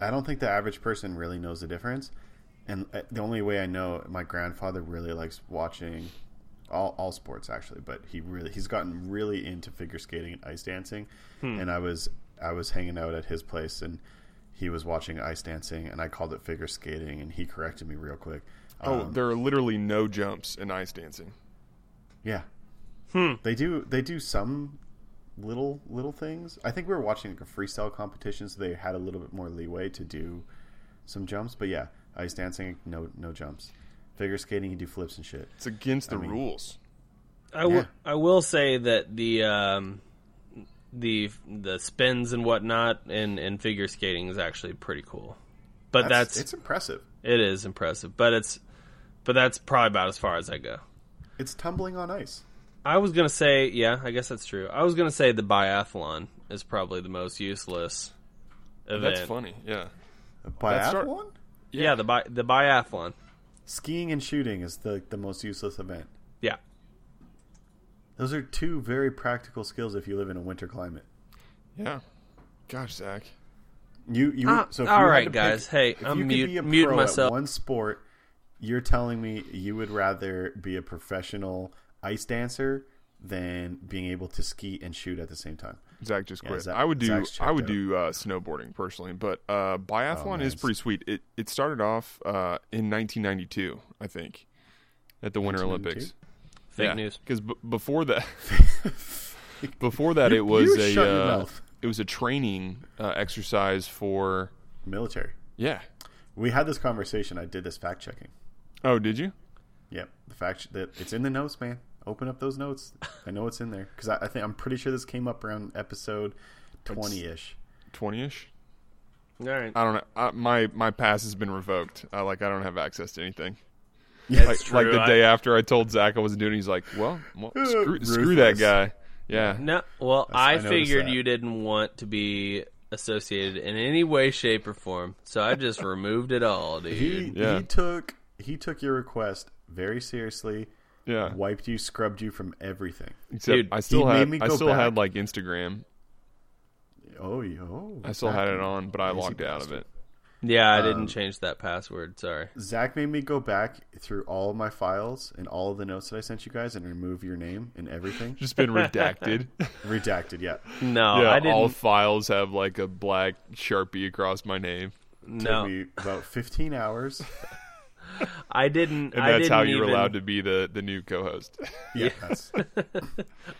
S2: I, I don't think the average person really knows the difference. And uh, the only way I know, my grandfather really likes watching all, all sports actually, but he really he's gotten really into figure skating and ice dancing. And I was I was hanging out at his place and he was watching ice dancing and I called it figure skating and he corrected me real quick.
S3: oh,
S2: Um,
S3: there are literally no jumps in ice dancing.
S2: Yeah.
S1: Hmm.
S2: They do they do some little little things. I think we were watching like a freestyle competition, so they had a little bit more leeway to do some jumps. But yeah, ice dancing, no no jumps. Figure skating, you do flips and shit.
S3: It's against the rules.
S1: I wi-
S2: Yeah.
S1: I will say that the um, the the spins and whatnot and and figure skating is actually pretty cool, but that's,
S2: it's impressive.
S1: it is impressive. But it's but that's probably about as far as I go.
S2: It's tumbling on ice.
S1: I was gonna say yeah, I guess that's true. I was gonna say the biathlon is probably the most useless event.
S3: That's funny. Yeah.
S2: A
S3: That's start-
S2: biathlon?
S1: Yeah, the bi- the biathlon.
S2: Skiing and shooting is the the most useless event.
S1: Yeah,
S2: Those are two very practical skills if you live in a winter climate.
S3: Yeah. Gosh, Zach.
S2: You you
S1: Ah,
S2: so if
S1: all
S2: you had
S1: right,
S2: to pick-
S1: guys. Hey,
S2: if
S1: I'm
S2: you could
S1: mute-
S2: be a
S1: mute
S2: pro
S1: myself.
S2: At one sport, you're telling me you would rather be a professional ice dancer than being able to ski and shoot at the same time.
S3: Zach just quit.
S2: Zach-
S3: I would do
S2: Zach's
S3: I would
S2: checked out. Oh,
S3: do uh, snowboarding personally, but uh, biathlon
S2: man,
S3: is
S2: it's-
S3: pretty sweet. It it started off uh, in 1992, I think, at the Winter Olympics.
S2: 1992?
S1: fake news.
S3: Because b- before that, before that, it was
S2: you
S3: a
S2: shut your
S3: uh,
S2: mouth.
S3: it was a training uh, exercise for
S2: Military.
S3: yeah.
S2: We had this conversation. I did this fact checking.
S3: Oh, did you?
S2: Yep, the fact that it's in the notes, man. Open up those notes. I know it's in there because I, I think I'm pretty sure this came up around episode twenty ish.
S3: Twenty ish.
S1: All right,
S3: I don't know. I, my my pass has been revoked. I, like I don't have access to anything.
S1: That's
S3: like, like
S1: true.
S3: the
S1: I-
S3: day after I told Zach I wasn't doing, it, he's like, "Well, well screw, screw that
S2: Ruthless.
S3: guy." Yeah,
S1: No, well, I,
S2: I noticed
S1: figured
S2: that.
S1: you didn't want to be associated in any way, shape, or form, so I just removed it all,
S2: He
S1: dude.
S3: Yeah.
S2: he took he took your request very seriously.
S3: yeah.
S2: Wiped you, scrubbed you from everything.
S3: Except
S1: Dude,
S3: I still
S2: he made
S3: had
S2: me
S3: I
S2: go
S3: still had
S2: back.
S3: like Instagram.
S2: Oh, yo.
S3: I still had it on, but I logged out of it.
S1: Yeah, I
S3: um,
S1: didn't change that password. Sorry.
S2: Zach made me go back through all of my files and all of the notes that I sent you guys and remove your name and everything.
S3: Just been redacted.
S2: Redacted, yeah.
S1: No,
S3: yeah,
S1: Um, I didn't.
S3: all files have like a black sharpie across my name.
S2: Took
S1: no,
S2: me about 15 hours.
S1: I didn't.
S3: And
S1: I
S3: that's
S1: didn't
S3: how you're
S1: even,
S3: allowed to be the, the new co host.
S2: Yeah. that's-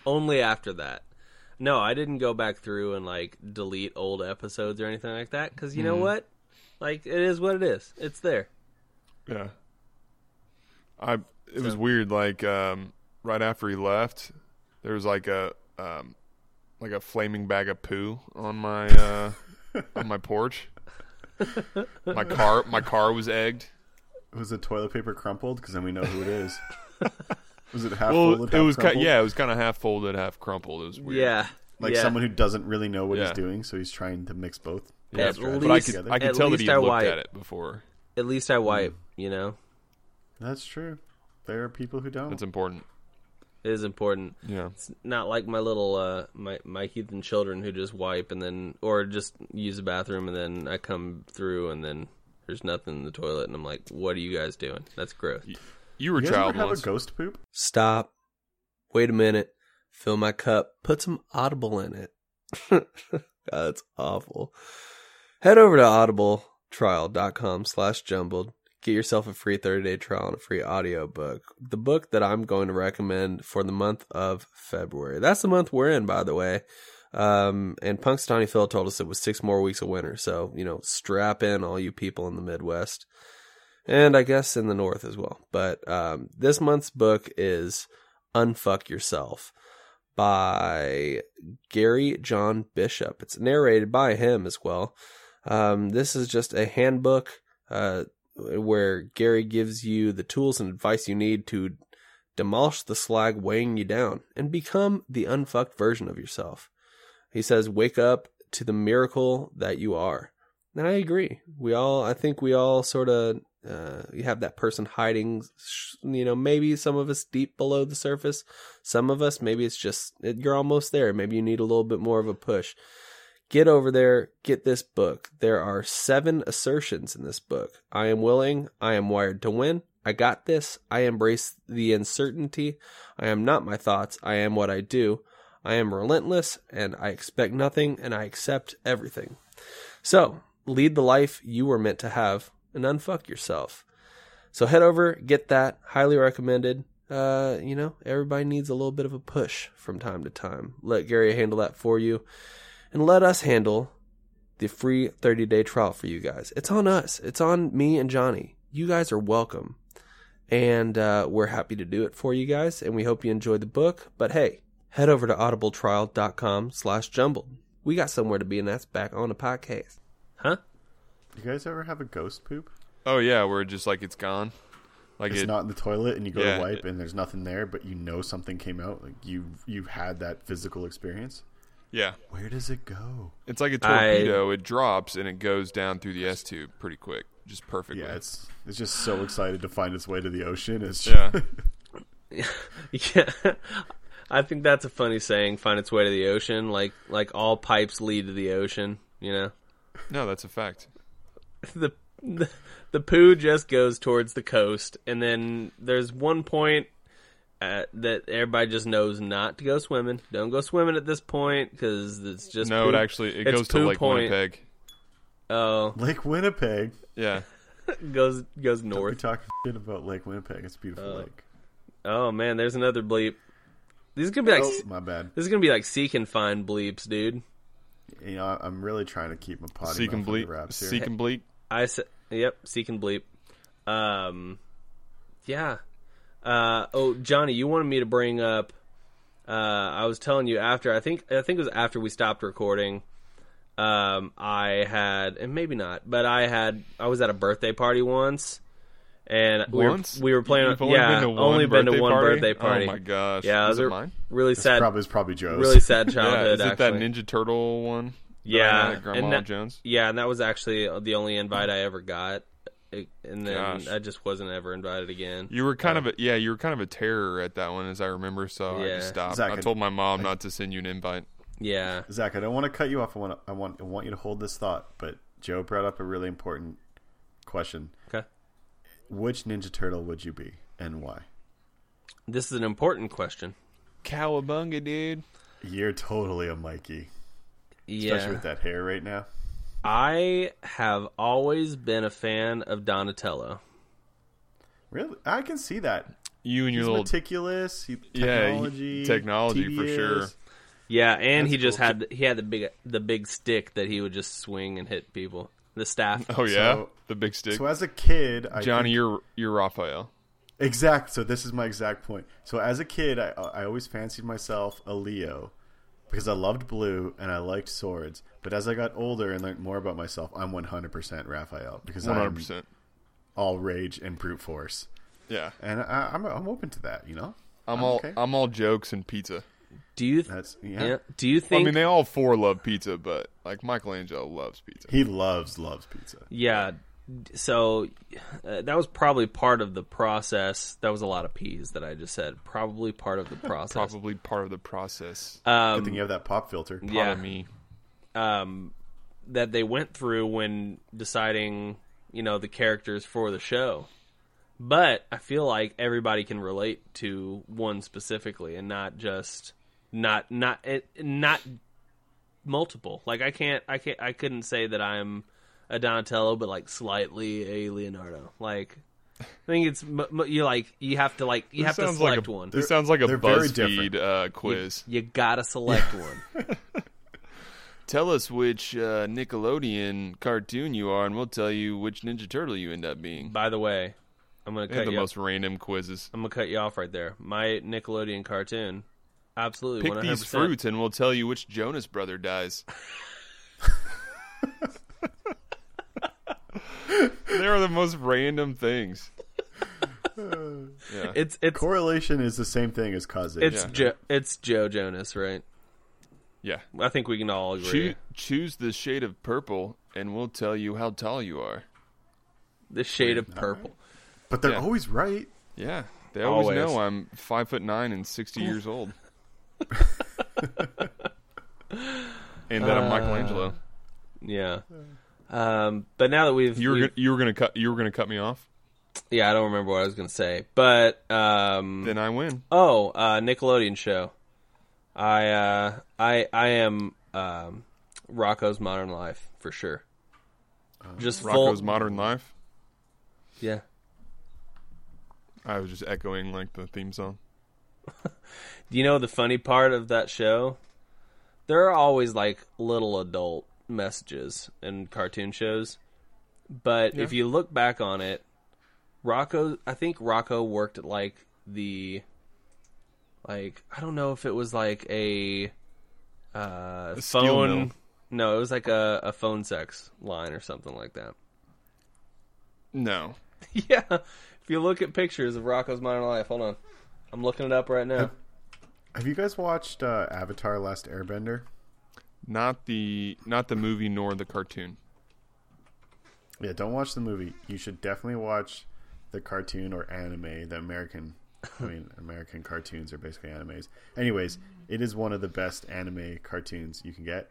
S1: Only after that. No, I didn't go back through and like delete old episodes or anything like that because you
S3: Mm-hmm.
S1: know what? Like it is what it is. It's there.
S3: yeah. I it was weird, like um right after he left, there was like a um, like a flaming bag of poo on my uh, on my porch. My car my car was egged.
S2: Was the toilet paper crumpled? Because then we know who it is. was it half
S3: Well,
S2: folded?
S3: it
S2: half
S3: was kind
S2: crumpled?
S3: yeah, it was kind of half folded, half crumpled. It was weird.
S1: Yeah.
S2: like
S1: yeah.
S2: someone who doesn't really know what he's
S3: Yeah.
S2: doing, so he's trying to mix both.
S3: Yeah,
S1: At
S3: but I
S1: least-
S3: could I
S1: at
S3: could tell that
S1: least
S3: he
S1: I
S3: had looked
S1: wipe.
S3: at it before.
S1: At least I wipe.
S3: Mm.
S1: You know,
S2: That's true. There are people who don't.
S3: That's important.
S1: it is important.
S3: Yeah.
S1: It's not like my little uh, my my heathen children who just wipe and then or just use the bathroom and then I come through and then there's nothing in the toilet and I'm like, what are you guys doing? That's gross.
S3: You were
S2: you guys ever
S3: child
S2: have a
S3: molest-
S2: ghost poop?
S1: Stop. Wait a minute. Fill my cup. Put some Audible in it. God, that's awful. Head over to audibletrial.com slash jumbled. Get yourself a free 30-day trial and a free audiobook. The book that I'm going to recommend for the month of February. That's the month we're in, by the way. Um, and Punxsutawney Phil told us it was six more weeks of winter. So, you know, strap in all you people in the Midwest and I guess in the north as well. But um, this month's book is Unfuck Yourself by Gary John Bishop. It's narrated by him as well. Um, this is just a handbook uh, where Gary gives you the tools and advice you need to demolish the slag weighing you down and become the unfucked version of yourself. He says, Wake up to the miracle that you are. And I agree. We all, I think we all sort of, uh, you have that person hiding, sh- you know, maybe some of us deep below the surface. Some of us, maybe it's just, it, you're almost there. Maybe you need a little bit more of a push. Get over there, get this book. There are seven assertions in this book. I am willing. I am wired to win. I got this. I embrace the uncertainty. I am not my thoughts. I am what I do. I am relentless and I expect nothing and I accept everything. So, lead the life you were meant to have and unfuck yourself. So, head over, get that. Highly recommended. Uh, you know, everybody needs a little bit of a push from time to time. Let Gary handle that for you and let us handle the free 30 day trial for you guys. It's on us, it's on me and Johnny. You guys are welcome. And uh, we're happy to do it for you guys, and we hope you enjoy the book. But hey, head over to audibletrial.com slash jumbled. We got somewhere to be, and that's back on the podcast. Huh?
S2: You guys ever have a ghost poop?
S3: Oh yeah, where it just like it's gone. Like
S2: It's
S3: it,
S2: not in the toilet, and you go
S3: Yeah.
S2: to wipe, and there's nothing there, but you know something came out. Like you, you had that physical experience.
S3: yeah.
S2: Where does it go?
S3: It's like a
S1: I-
S3: torpedo. It drops and it goes down through the S tube pretty quick, just perfectly.
S2: Yeah, it's it's just so excited to find its way to the ocean. It's
S3: yeah.
S1: Yeah. I think that's a funny saying, find its way to the ocean. Like, like all pipes lead to the ocean, you know?
S3: No, that's a fact.
S1: the the, the poo just goes towards the coast, and then there's one point uh, that everybody just knows not to go swimming. Don't go swimming at this point because it's just
S3: No,
S1: poo.
S3: it actually it
S1: It's
S3: goes to
S1: poo
S3: Lake
S1: point.
S3: Winnipeg.
S1: oh
S2: Lake Winnipeg.
S3: Yeah.
S1: goes goes
S2: We're
S1: north.
S2: talking shit about Lake Winnipeg. It's a
S3: Uh,
S2: beautiful lake.
S1: Oh man, there's another bleep. These are gonna be like
S2: Oh, my bad.
S1: this is gonna be like seek and find bleeps, dude.
S2: You know, I- I'm really trying to keep my potty
S3: Seek and
S2: mouth under
S3: bleak.
S2: wraps here.
S3: Seek and bleak.
S1: I said, yep, seek and bleep. Um, yeah. Uh, oh, Johnny, you wanted me to bring up. Uh, I was telling you after. I think I think it was after we stopped recording. Um, I had, and maybe not, but I had. I was at a birthday party once, and we
S3: Once?
S1: were, we were playing.
S3: You've only
S1: yeah,
S3: been to one
S1: only been to
S3: birthday
S1: one
S3: party?
S1: birthday party.
S3: Oh my gosh.
S1: Yeah,
S3: is
S1: it
S3: it
S1: was a
S3: mine?
S1: really sad,
S2: Probably it's probably Joe's.
S1: really sad
S3: Yeah,
S1: childhood.
S3: is it that
S1: actually.
S3: Ninja Turtle one? that I
S1: Yeah,
S3: had at Grandma
S1: and that-
S3: Jones.
S1: Yeah, and that was actually the only invite I ever got, and then
S3: Gosh.
S1: I just wasn't ever invited again.
S3: You were kind of a yeah, you were kind of a terror at that one, as I remember. So I
S1: Yeah.
S3: just stopped.
S2: Zach,
S3: I
S2: I-
S3: told my mom not to send you an invite.
S1: Yeah,
S2: Zach, I don't want to cut you off. I want I want I want you to hold this thought. But Joe brought up a really important question.
S1: okay.
S2: Which Ninja Turtle would you be, and why?
S1: This is an important question.
S3: Cowabunga, dude.
S2: You're totally a Mikey, especially
S1: Yeah,
S2: with that hair right now.
S1: I have always been a fan of Donatello.
S2: Really, I can see that.
S3: You and your
S2: He's
S3: little
S2: meticulous. He,
S3: Yeah,
S2: technology,
S3: he- technology for
S2: tedious.
S3: sure.
S1: Yeah, and he
S2: That's
S1: just
S2: cool.
S1: had he had the big the big stick that he would just swing and hit people. The staff.
S3: Oh yeah,
S2: So-
S3: the big stick.
S2: So as a kid, I
S3: Johnny,
S2: think-
S3: you're you're Raphael.
S2: Exact. So this is my exact point. So as a kid, I I always fancied myself a Leo because I loved blue and I liked swords. But as I got older and learned more about myself, I'm 100% Raphael because
S3: One hundred
S2: I'm
S3: percent.
S2: all rage and brute force.
S3: Yeah,
S2: And I, I'm I'm open to that, you know.
S3: I'm all
S2: okay.
S3: I'm all jokes and pizza.
S1: Do you?
S2: That's
S1: yeah.
S2: yeah.
S1: Do you
S3: I
S1: think?
S3: mean, they all four love pizza, but like Michelangelo loves pizza.
S2: He loves loves pizza.
S1: yeah. d- So uh, that was probably part of the process. That was a lot of P's that I just said. Probably part of the process.
S3: Probably part of the process.
S2: Good thing you have that pop filter.
S1: Uh, yeah.
S3: Part of me.
S1: that they went through when deciding, you know, the characters for the show. But I feel like everybody can relate to one specifically and not just not not it, not multiple. Like I can't I can't I couldn't say that I'm a Donatello but like slightly a Leonardo. Like I think it's m- m- you like you have to like you have to
S3: sounds like a-
S1: select one.
S3: This sounds like a
S2: they're very
S3: BuzzFeed
S2: different.
S3: uh, quiz.
S1: You got to select one.
S3: Tell us which uh, Nickelodeon cartoon you are, and we'll tell you which Ninja Turtle you end up being.
S1: By the way, I'm going to
S3: They have
S1: cut
S3: the
S1: you off.
S3: most random quizzes.
S1: I'm gonna cut you off right there. My Nickelodeon cartoon, absolutely
S3: Pick
S1: 100%.
S3: these fruits, and we'll tell you which Jonas brother dies. they are the most random things. Yeah.
S1: It's it's
S2: Correlation is the same thing as causation.
S1: it's Joe it's Joe Jonas, right?
S3: Yeah.
S1: I think we can all agree.
S3: Choo- choose the shade of purple, and we'll tell you how tall you are.
S1: the shade of purple.
S2: but they're
S3: yeah.
S2: always right.
S3: Yeah, they always,
S1: Always.
S3: know I'm five foot nine and sixty years old, and that I'm Michelangelo.
S1: Yeah. Um, but now that we've,
S3: You were
S1: we've-
S3: gonna, you were gonna cut you were gonna cut me off.
S1: yeah, I don't remember what I was gonna say, but um,
S3: Then I win.
S1: oh, uh, Nickelodeon show. I uh, I I am um, Rocco's Modern Life for sure. Just full,
S3: Uh, Rocco's Modern Life.
S1: yeah.
S3: I was just echoing like the theme song.
S1: Do you know the funny part of that show? There are always like little adult messages in cartoon shows. But if you look back on it, Rocco I think Rocco worked at like the like I don't know if it was like a uh
S3: steel
S1: phone
S3: mill.
S1: no, it was like a, a phone sex line or something like that.
S3: No,
S1: Yeah. If you look at pictures of Rocco's modern life, hold on. I'm looking it up right now.
S2: Have you guys watched uh, Avatar: Last Airbender?
S3: not the not the movie nor the cartoon.
S2: Yeah, don't watch the movie. You should definitely watch the cartoon or anime. The American, I mean, American cartoons are basically animes. Anyways, it is one of the best anime cartoons you can get,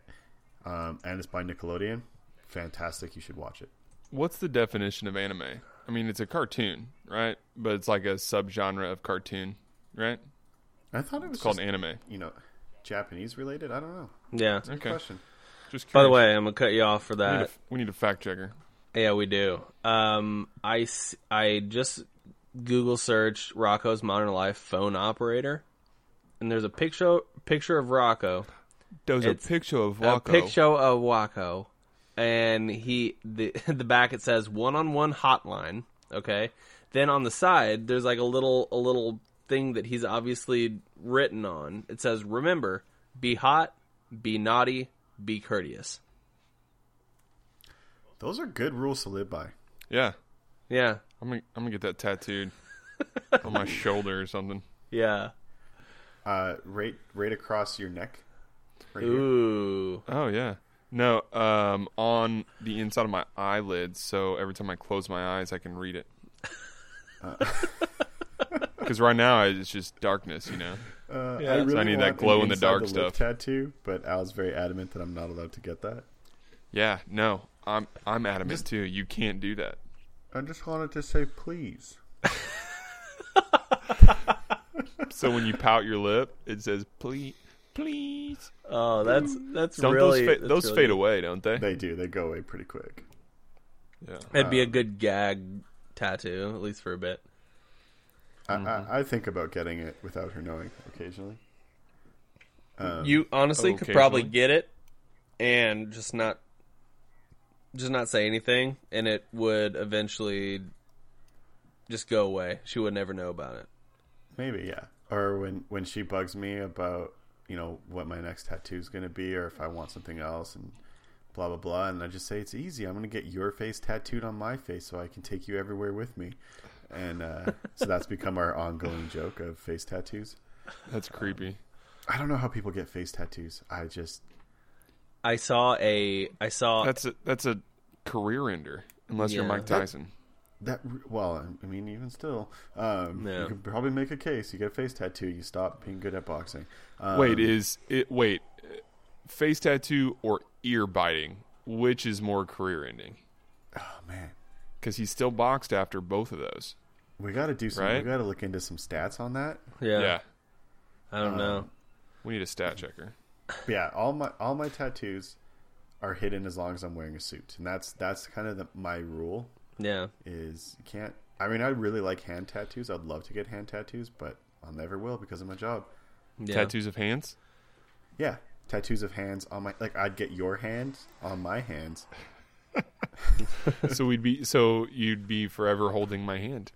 S2: um, and it's by Nickelodeon. Fantastic! You should watch it.
S3: What's the definition of anime? I mean, it's a cartoon, right? But it's like a subgenre of cartoon, right?
S2: I thought it was
S3: It's called
S2: just,
S3: anime.
S2: you know Japanese related. I don't know.
S1: Yeah.
S3: Okay.
S2: Question.
S3: Just
S1: By the
S3: curious.
S1: way, uh, I'm gonna cut you off for
S3: we need,
S1: that.
S3: a, we need a fact checker.
S1: Yeah, we do. Um, I, s- I just Google searched Rocco's Modern Life phone operator, and there's a picture picture of Rocco,
S3: There's a
S1: It's
S3: picture of
S1: a
S3: Rocco.
S1: picture of Rocco, and he the the back it says one on one hotline. Okay, then on the side there's like a little a little thing that he's obviously written on. It says remember, be hot, be naughty, be courteous.
S2: Those are good rules to live by.
S3: Yeah.
S1: Yeah,
S3: I'm gonna, I'm gonna get that tattooed on my shoulder or something.
S1: yeah.
S2: Uh, right, right across your neck. Right here.
S1: Ooh.
S3: Oh yeah. No, um, on the inside of my eyelids, so every time I close my eyes, I can read it.
S1: Uh.
S3: Because right now I- it's just darkness, you know.
S2: Uh,
S1: Yeah.
S2: I
S1: So
S2: really
S3: I need that
S2: want an
S3: glow-in-the-dark
S2: inside lip
S3: stuff.
S2: tattoo, but Al's very adamant that I'm not allowed to get that.
S3: Yeah. No, I'm I'm adamant too. You can't do that.
S2: I just wanted to say please.
S3: So when you pout your lip, it says please, please.
S1: Oh, that's that's
S3: Don't
S1: really
S3: those fa-
S1: that's
S3: those
S1: really
S3: fade
S1: good.
S3: away, don't they?
S2: They do. They go away pretty quick.
S3: Yeah.
S1: That'd be a good gag tattoo, at least for a bit.
S2: I, I, I think about getting it without her knowing occasionally.
S1: you honestly could probably
S3: occasionally.
S1: get it and just not just not say anything, and it would eventually Just go away. She would never know about it.
S2: Maybe, yeah. Or when when she bugs me about you know what my next tattoo is going to be, or if I want something else, and blah blah blah, and I just say it's easy. I'm going to get your face tattooed on my face so I can take you everywhere with me, and uh, so that's become our ongoing joke of face tattoos.
S3: That's creepy.
S2: I don't know how people get face tattoos. I just
S1: I saw a. I saw.
S3: That's a that's a career ender unless you're
S1: Yeah.
S3: Mike
S2: That-
S3: Tyson.
S2: that well, I mean, even still, um,
S1: Yeah.
S2: you could probably make a case. You get a face tattoo, you stop being good at boxing. Um,
S3: wait, is it wait uh, face tattoo or ear biting? Which is more career ending?
S2: oh man,
S3: Because he still boxed after both of those.
S2: we got to do some.
S3: Right?
S2: We got to look into some stats on that.
S1: yeah,
S3: yeah,
S1: I don't know.
S3: we need a stat checker.
S2: But yeah, all my all my tattoos are hidden as long as I'm wearing a suit, and that's that's kind of the, my rule.
S1: Yeah.
S2: Is you can't. I mean, I really like hand tattoos. I'd love to get hand tattoos, but I'll never will because of my job.
S1: yeah.
S3: Tattoos of hands.
S2: Yeah, tattoos of hands on my like. I'd get your hand on my hands.
S3: so we'd be so you'd be forever holding my hand.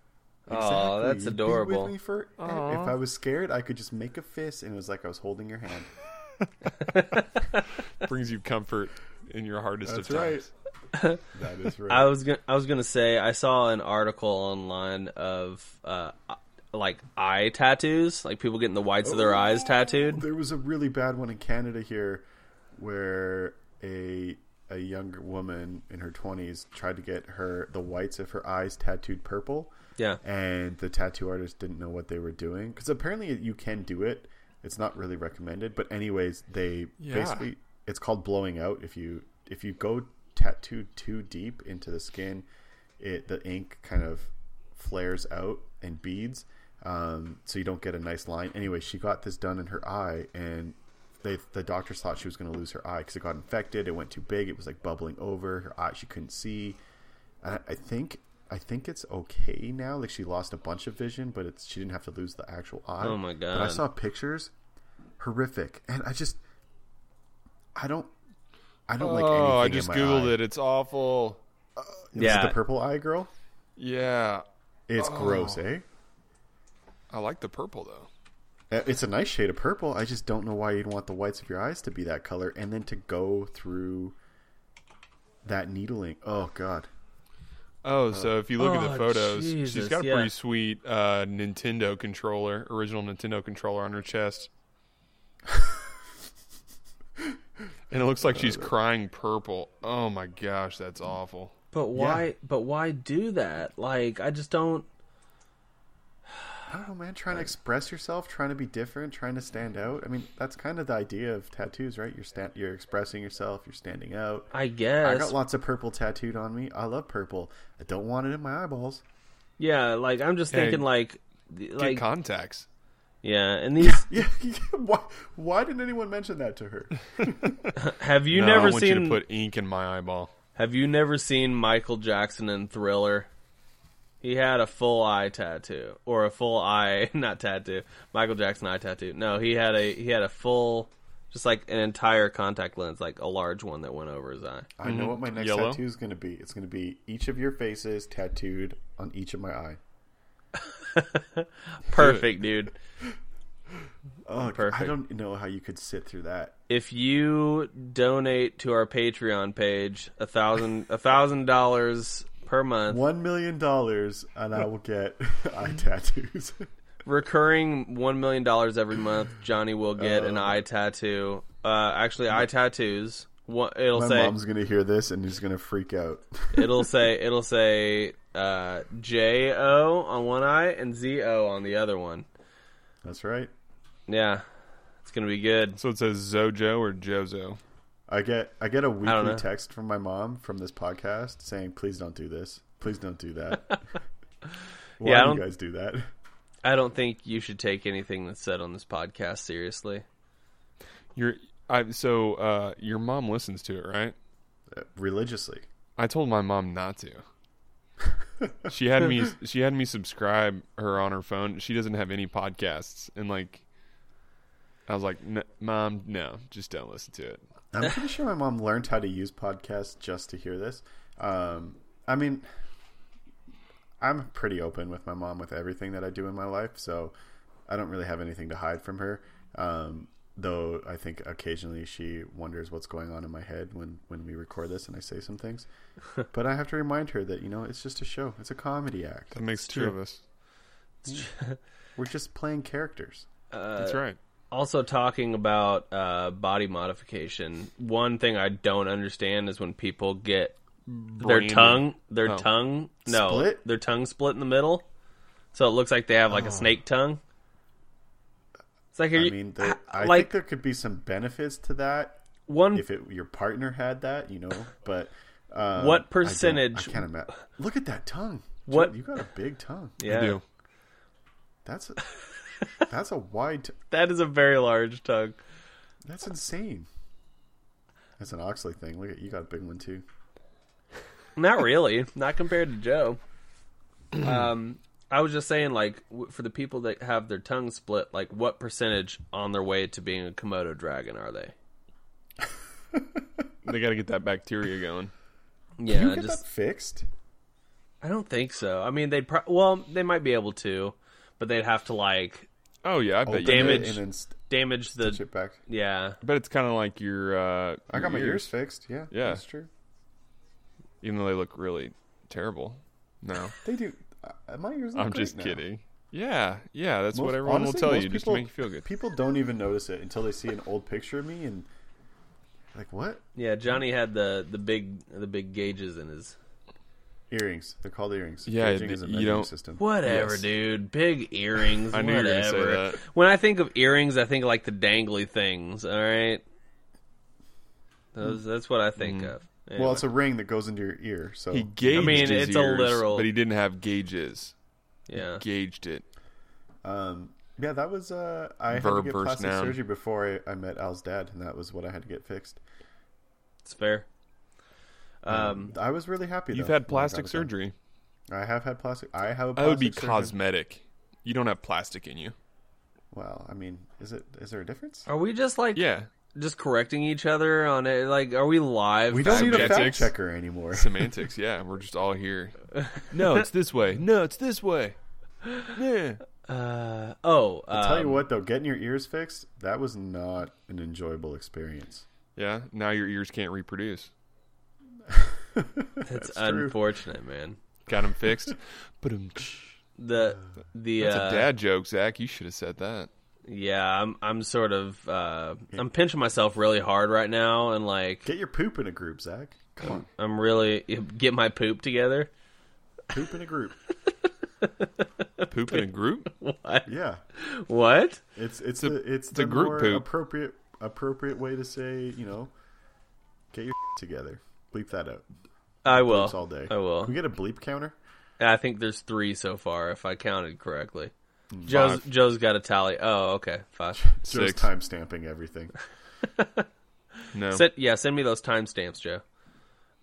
S1: Aw, that's
S2: You'd be
S1: adorable.
S2: with me for- e-, if I was scared, I could just make a fist, and it was like I was holding your hand.
S3: Brings you comfort in your hardest of times.
S2: that is right.
S1: I was gonna, I was gonna say I saw an article online of uh, like eye tattoos, like people getting the whites of their eyes tattooed.
S2: there was a really bad one in Canada here, where a a young woman in her twenties tried to get her the whites of her eyes tattooed purple,
S1: Yeah,
S2: and the tattoo artist didn't know what they were doing because apparently you can do it. It's not really recommended, but anyways, they
S3: Yeah.
S2: basically it's called blowing out. If you if you go tattooed too deep into the skin, it the ink kind of flares out and beads, um, so you don't get a nice line. Anyway, she got this done in her eye, and they the doctors thought she was going to lose her eye because it got infected. It went too big. It was like bubbling over her eye. She couldn't see. I, I think I think it's okay now. Like she lost a bunch of vision, but it's she didn't have to lose the actual eye.
S1: Oh my
S2: But I
S1: God.
S2: saw pictures, horrific, and I just I don't I don't like anything.
S3: oh, I
S2: in
S3: just
S2: my
S3: googled
S2: eye.
S3: it. It's awful.
S2: Is it
S1: Yeah.
S2: the purple eye girl.
S3: Yeah,
S2: It's
S3: Oh.
S2: gross, eh?
S3: I like the purple though.
S2: Uh, It's a nice shade of purple. I just don't know why you'd want the whites of your eyes to be that color, and then to go through that needling. Oh God,
S3: Oh, so if you look at
S1: Oh,
S3: the photos,
S1: Jesus,
S3: she's got a
S1: yeah.
S3: pretty sweet uh, Nintendo controller, original Nintendo controller on her chest. and it looks like
S1: Uh.
S3: she's crying purple. Oh my gosh, that's awful.
S1: but why? But why do that? Like, I just don't.
S2: I don't know, man. Trying to express yourself, trying to be different, trying to stand out. I mean, that's kind of the idea of tattoos, right? You're stand, you're expressing yourself, you're standing out.
S1: I guess.
S2: I got lots of purple tattooed on me. I love purple. I don't want it in my eyeballs.
S1: yeah, like I'm just
S3: Yeah,
S1: thinking
S3: you-
S1: like, th-
S3: Get
S1: like
S3: contacts.
S1: yeah. And these
S2: Yeah, why? Why didn't anyone mention that to her?
S1: have you
S3: No, I
S1: never
S3: want you
S1: seen?
S3: to put ink in my eyeball.
S1: have you never seen Michael Jackson in Thriller? He had a full eye tattoo or a full eye, not tattoo. Michael Jackson eye tattoo. No, he had a he had a full, just like an entire contact lens, like a large one that went over his eye.
S2: I know what my next
S3: Yellow?
S2: tattoo is going to be. It's going to be each of your faces tattooed on each of my eye.
S1: Perfect, dude.
S2: Oh, I
S1: Perfect.
S2: don't know how you could sit through that.
S1: If you donate to our Patreon page, a thousand a thousand dollars per month,
S2: One million dollars, and I will get eye tattoos.
S1: recurring one million dollars every month, Johnny will get
S2: Uh,
S1: an eye tattoo. Uh, actually, eye tattoos. One, it'll
S2: my
S1: say
S2: mom's going to hear this and is going to freak out.
S1: it'll say it'll say uh, J O on one eye and Z O on the other one.
S2: That's right.
S1: Yeah, it's gonna be good.
S3: So it says Zojo or Jozo.
S2: I get I get a
S1: don't
S2: weekly
S1: know.
S2: text from my mom from this podcast saying, "Please don't do this. Please don't do that." Why
S1: Yeah, I
S2: do you
S1: don't-
S2: guys do that?
S1: I don't think you should take anything that's said on this podcast seriously.
S3: Your I so uh, your mom listens to it, right?
S2: Uh, Religiously.
S3: I told my mom not to. she had me she had me subscribe her on her phone. She doesn't have any podcasts and like I was like, N- "Mom, no, just don't listen to it."
S2: I'm pretty sure my mom learned how to use podcasts just to hear this. Um, I mean, I'm pretty open with my mom with everything that I do in my life, so I don't really have anything to hide from her. Um, though I think occasionally she wonders what's going on in my head when when we record this and I say some things. but I have to remind her that you know it's just a show. It's a comedy act.
S3: That makes two
S1: true.
S3: of us.
S2: We're just playing characters.
S1: Uh,
S3: That's right.
S1: Also, talking about uh, body modification, one thing I don't understand is when people get their
S3: Brain-
S1: tongue, their
S3: Oh.
S1: tongue, no,
S2: Split? Oh.
S1: their tongue split in the middle, so it looks like they have like a snake tongue. It's like, are
S2: I
S1: you,
S2: mean, there, I
S1: like-
S2: think there could be some benefits to that
S1: one
S2: if it, your partner had that, you know. But um,
S1: What
S2: I don't-
S1: percentage-
S2: I, can't imagine. Look at that tongue.
S1: What-
S2: What you got a big tongue.
S1: yeah,
S3: I do.
S2: That's a, that's a wide. T-
S1: that is a very large tongue.
S2: that's insane. That's an Oxley thing. Look at you got a big one too.
S1: Not really. Not compared to Joe. Um, I was just saying, like, w- for the people that have their tongue split, like, what percentage on their way to being a Komodo dragon are they?
S3: They got to get that bacteria going.
S1: Yeah,
S2: you
S1: I
S2: get
S1: just
S2: that fixed.
S1: I don't think so. I mean, they'd pro- well, they might be able to, but they'd have to like
S3: Oh yeah, I bet.
S2: Open it
S3: You
S1: damage.
S2: and then st-
S1: damage
S2: stitch
S1: the
S2: it back.
S1: yeah.
S3: I bet it's kind of like your. Uh,
S2: I got my
S3: your
S2: ears fixed. Yeah,
S3: Yeah.
S2: that's true.
S3: even though they look really terrible. No,
S2: They do. Uh, my ears. Look
S3: I'm
S2: great
S3: just
S2: now.
S3: kidding. Yeah, yeah, that's what
S2: Most-
S3: everyone
S2: honestly,
S3: will tell
S2: most
S3: you just to
S2: people-
S3: make you feel good.
S2: People don't even notice it until they see an old picture of me and like what
S1: Yeah, Johnny had the the big the big gauges in his
S2: earrings? They're called earrings.
S3: Yeah,
S2: Gauging
S3: d-
S2: is a
S3: you
S2: measuring
S3: don't-
S2: system.
S1: whatever,
S3: Yes.
S1: dude. Big earrings,
S3: I knew you were
S1: whatever.
S3: gonna say that.
S1: When I think of earrings, I think like the dangly things. All right, those that's what I think
S2: Mm.
S1: of.
S2: Well, it's a ring that goes into your ear. So
S3: He gauged.
S1: I mean,
S3: his
S1: it's a
S3: ears,
S1: literal-
S3: but he didn't have gauges.
S1: yeah.
S3: Gauged it.
S2: um, yeah, that was uh, I had to
S3: Verb
S2: get
S3: versus
S2: plastic
S3: noun.
S2: surgery before I, I met Al's dad, and that was what I had to get fixed.
S1: It's fair. Um,
S2: I was really happy.
S3: You've
S2: though, when I
S3: had
S2: got
S3: plastic
S2: it done.
S3: surgery.
S2: I have had plastic. I have. A
S3: That would be
S2: plastic surgeon.
S3: cosmetic. You don't have plastic in you.
S2: Well, I mean, is it is there a difference?
S1: are we just like
S3: Yeah,
S1: just correcting each other on it? Like, are we live?
S2: We don't need a fact
S3: Subjectics.
S2: checker anymore.
S3: semantics. Yeah, we're just all here. No, it's this way. No, it's this way. Yeah.
S1: Uh, oh,
S2: I'll tell you
S1: um,
S2: what, though, getting your ears fixed, that was not an enjoyable experience.
S3: Yeah. Now your ears can't reproduce.
S1: That's
S2: true.
S1: unfortunate, man.
S3: Got them fixed. But um,
S1: The the
S3: that's
S1: uh,
S3: a dad joke, Zach. You should have said that.
S1: yeah, I'm I'm sort of uh, I'm pinching myself really hard right now, and like
S2: Get your poop in a group, Zach. Come on,
S1: I'm really get my poop together.
S2: poop in a group.
S3: Poop in a group.
S2: Yeah,
S1: What?
S2: it's it's the it's
S3: a
S2: the
S3: group
S2: more
S3: poop.
S2: appropriate appropriate way to say you know, get your together. Bleep that out.
S1: I will.
S2: Bleeps all day.
S1: I will.
S2: Can we get a bleep counter?
S1: I think there's three so far, if I counted correctly. Joe's Joe's got a tally. Oh, okay, five.
S2: Just
S3: Six.
S2: time stamping everything.
S3: No.
S1: Send, yeah, send me those timestamps, Joe.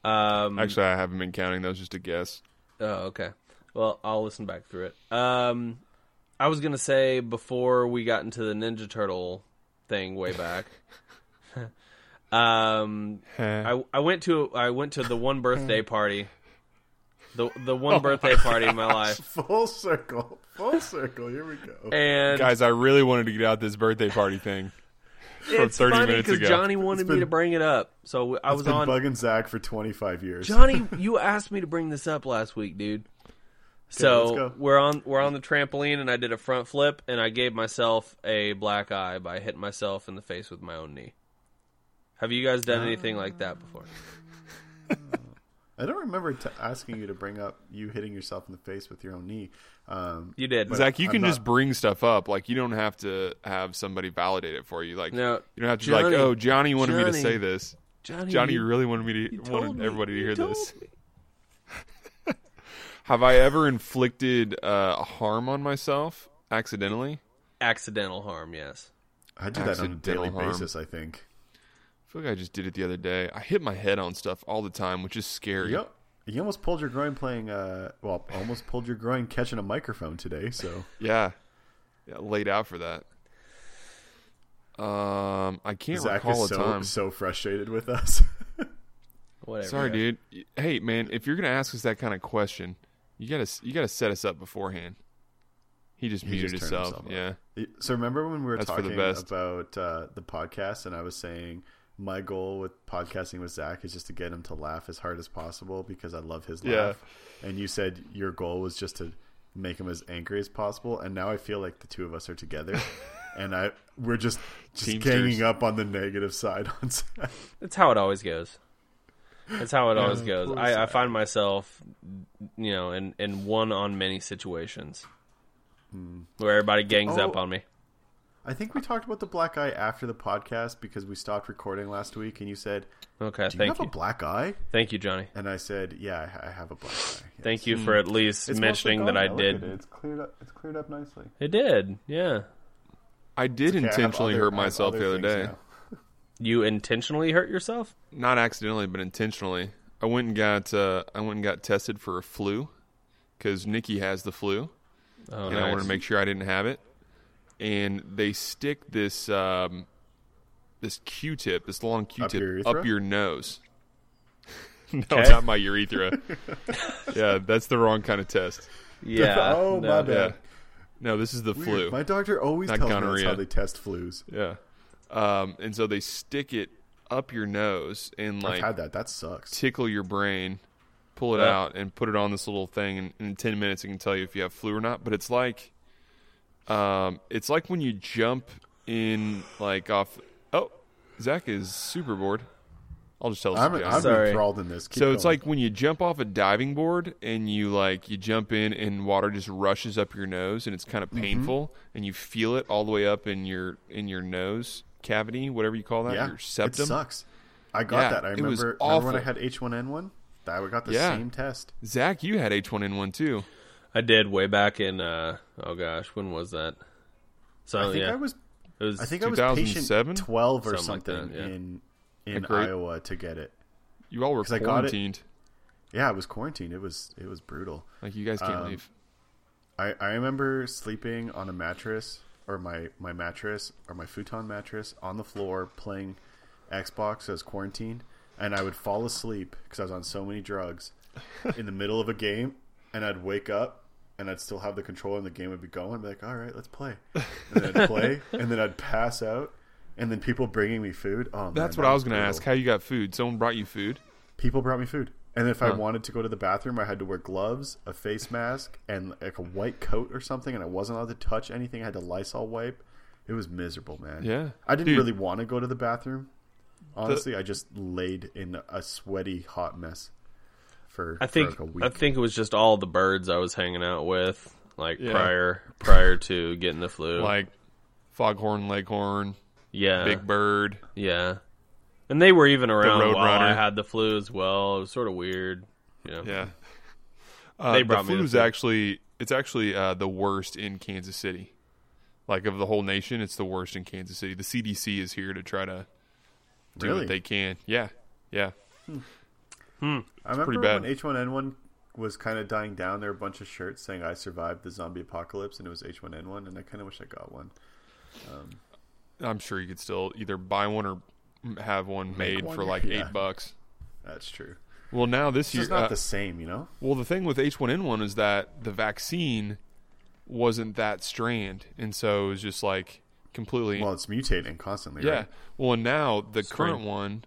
S1: Um,
S3: Actually, I haven't been counting those. Just a guess.
S1: Oh, okay. Well, I'll listen back through it. Um, I was gonna say before we got into the Ninja Turtle thing way back. um, I I went to I went to the one birthday
S3: Hmm.
S1: party, the the
S3: Oh
S1: one birthday party in my life,
S2: Full circle. Full circle. Here we go.
S1: and
S3: Guys, I really wanted to get out this birthday party thing. from
S1: it's
S3: 30
S1: funny
S3: minutes
S1: because
S3: ago.
S1: Johnny wanted me
S2: been-
S1: to bring it up, so I was
S2: Been
S1: on.
S2: bugging Zach for 25 years.
S1: Johnny, you asked me to bring this up last week, dude.
S2: let's
S1: So
S2: go.
S1: we're on we're on the trampoline, and I did a front flip, and I gave myself a black eye by hitting myself in the face with my own knee. Have you guys done anything like that before?
S2: I don't remember t- asking you to bring up you hitting yourself in the face with your own knee. Um,
S1: You did.
S3: Zach, you
S2: I'm
S3: can
S2: not-
S3: just bring stuff up. Like you don't have to have somebody validate it for you. Like
S1: No,
S3: you don't have to be
S1: Johnny-
S3: like, oh, Johnny wanted me to
S1: Johnny-
S3: say this.
S1: Johnny,
S3: Johnny
S1: you-
S3: really wanted me to
S1: you told
S3: wanted
S1: me-
S3: everybody to
S1: you
S3: hear
S1: told
S3: this.
S1: me.
S3: Have I ever inflicted uh, harm on myself accidentally?
S1: Accidental harm, yes.
S2: I do that on a
S3: Accidental
S2: daily
S3: harm.
S2: basis, I think.
S3: I feel like I just did it the other day. I hit my head on stuff all the time, which is scary.
S2: Yep. You almost pulled your groin playing, uh, well, almost pulled your groin catching a microphone today, so.
S3: Yeah. Yeah, laid out for that. Um, I can't
S2: Zach
S3: recall
S2: is
S3: a
S2: so,
S3: time.
S2: so frustrated with us.
S1: Whatever.
S3: Sorry, dude. Hey, man, if you're gonna ask us that kind of question, You gotta you gotta set us up beforehand. He just
S2: He
S3: muted
S2: just turned
S3: himself.
S2: himself up.
S3: yeah.
S2: So remember when we were
S3: That's for the
S2: talking
S3: best.
S2: about uh, the podcast, and I was saying my goal with podcasting with Zach is just to get him to laugh as hard as possible because I love his
S3: Yeah.
S2: laugh. And you said your goal was just to make him as angry as possible, and now I feel like the two of us are together, and I we're just just
S3: Teamsters.
S2: ganging up on the negative side on Zach.
S1: That's how it always goes. That's how it always
S3: of
S1: goes.
S3: course.
S1: I, I find myself, you know, in, in one on many situations where everybody gangs up
S2: Hmm. Oh.
S1: on me.
S2: I think we talked about the black eye after the podcast because we stopped recording last week, and you said,
S1: Okay,
S2: "Do you
S1: thank
S2: have
S1: you,
S2: a black eye?"
S1: thank you, Johnny.
S2: And I said, "Yeah, I ha- I have a black eye." Yes. Hmm.
S1: Thank you for at least
S2: It's mostly
S1: mentioning
S2: gone
S1: that I
S2: now. Look at
S1: did.
S2: it.
S1: It.
S2: It's cleared up. It's cleared up nicely.
S1: did, yeah.
S3: I did
S2: Okay, I have
S3: intentionally
S2: other-
S3: hurt
S2: I have
S3: myself the
S2: other
S3: other day.
S2: things now.
S1: You intentionally hurt yourself?
S3: Not accidentally, but intentionally. I went and got uh, I went and got tested for a flu because Nikki has the flu.
S1: Oh,
S3: and I wanted to make sure I didn't have it. And they stick this um, this Q-tip, this long
S2: your
S3: Q-tip,
S2: urethra?
S3: up, your nose. no,
S1: Okay.
S3: not my urethra. yeah, that's the wrong kind of test.
S1: yeah.
S2: Oh, my
S1: no.
S2: bad.
S3: Yeah, no, this is the
S2: Weird.
S3: flu.
S2: My doctor always
S3: Not
S2: tells me
S3: gonorrhea.
S2: that's how they test flus.
S3: yeah, um, and so they stick it up your nose and
S2: I've
S3: like
S2: had that. That sucks.
S3: tickle your brain, pull it
S1: Yeah.
S3: out, and put it on this little thing. And in ten minutes, it can tell you if you have flu or not. But it's like, um, it's like when you jump in, like off. Oh, Zach is super bored. I'll just tell this.
S2: I'm,
S3: to
S2: I'm
S3: John.
S1: Sorry.
S2: enthralled in this. Keep
S3: so it's
S2: going.
S3: like when you jump off a diving board and you like you jump in and water just rushes up your nose and it's kind of
S2: Mm-hmm.
S3: painful and you feel it all the way up in your in your nose cavity, whatever you call that,
S2: yeah,
S3: your septum.
S2: It sucks. I got
S3: Yeah,
S2: that. I
S3: it was
S2: remember, remember when I
S3: awful.
S2: had H1N1. That I got the
S3: Yeah.
S2: same test.
S3: Zach, you had H1N1 too.
S1: I did way back in, uh, oh gosh, when was that? So,
S2: I think
S1: yeah.
S2: I was.
S1: it was
S2: I think I was patient
S3: 2007?
S2: twelve or
S1: Something like
S2: something,
S1: that, yeah.
S2: in in
S3: great-
S2: Iowa to get it.
S3: You all were
S2: I got it.
S3: quarantined.
S2: Yeah, it was quarantined. It was it was brutal.
S3: Like you guys can't
S2: Um,
S3: leave.
S2: I, I remember sleeping on a mattress or my, my mattress or my futon mattress on the floor playing Xbox as quarantined, and I would fall asleep because I was on so many drugs in the middle of a game, and I'd wake up and I'd still have the controller and the game would be going. I'd be like, all right, let's play, and then I'd play, and then I'd pass out, and then people bringing me food. Oh, man,
S3: That's
S2: that
S3: what I was going to
S2: brutal.
S3: ask. How you got food? Someone brought you food.
S2: People brought me food. And if I wanted to go to the bathroom, I had to wear gloves, a face mask, and like a white coat or something, and I wasn't allowed to touch anything. I had to Lysol wipe. It was miserable, man.
S3: Yeah.
S2: I didn't
S3: Dude.
S2: really want to go to the bathroom. Honestly, I just laid in a sweaty, hot mess for,
S1: I think
S2: for like a week.
S1: I think it was just all the birds I was hanging out with, like
S3: Yeah.
S1: prior prior to getting the flu.
S3: Like Foghorn Leghorn,
S1: yeah,
S3: Big Bird.
S1: yeah, and they were even around
S3: Road
S1: while
S3: Runner.
S1: I had the flu as well. It was sort of weird. Yeah,
S3: Yeah. Uh,
S1: They
S3: the
S1: brought me the
S3: flu is
S1: food.
S3: actually it's actually uh, the worst in Kansas City. Like of the whole nation, it's the worst in Kansas City. The CDC is here to try to do
S2: Really?
S3: what they can. Yeah. Yeah.
S2: I remember
S3: pretty bad.
S2: when H1N1 was kind of dying down. There were a bunch of shirts saying "I survived the zombie apocalypse," and it was H1N1, and I kind of wish I got one.
S3: I'm sure you could still either buy one or have one made
S2: one,
S3: for like
S2: yeah.
S3: 8 bucks.
S2: That's true.
S3: Well, now this
S2: It's
S3: year
S2: just not
S3: uh,
S2: the same, you know.
S3: Well, the thing with H1N1 is that the vaccine wasn't that strand, and so it was just like completely
S2: Well, it's mutating constantly.
S3: yeah.
S2: right?
S3: Well, and now the
S1: Strain.
S3: current one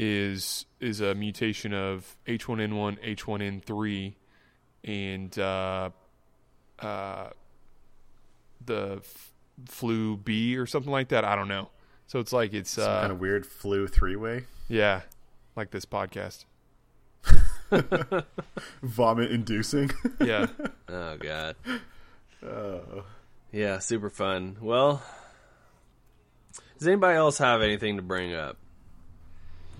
S3: is is a mutation of H1N1, H1N3, and uh, uh, the f- flu B or something like that. I don't know. So it's like it's
S2: some
S3: uh,
S2: kind of weird flu three way.
S3: yeah, like this podcast.
S2: vomit inducing.
S3: Yeah.
S1: Oh god.
S2: Oh.
S1: Yeah, super fun. Well, does anybody else have anything to bring up?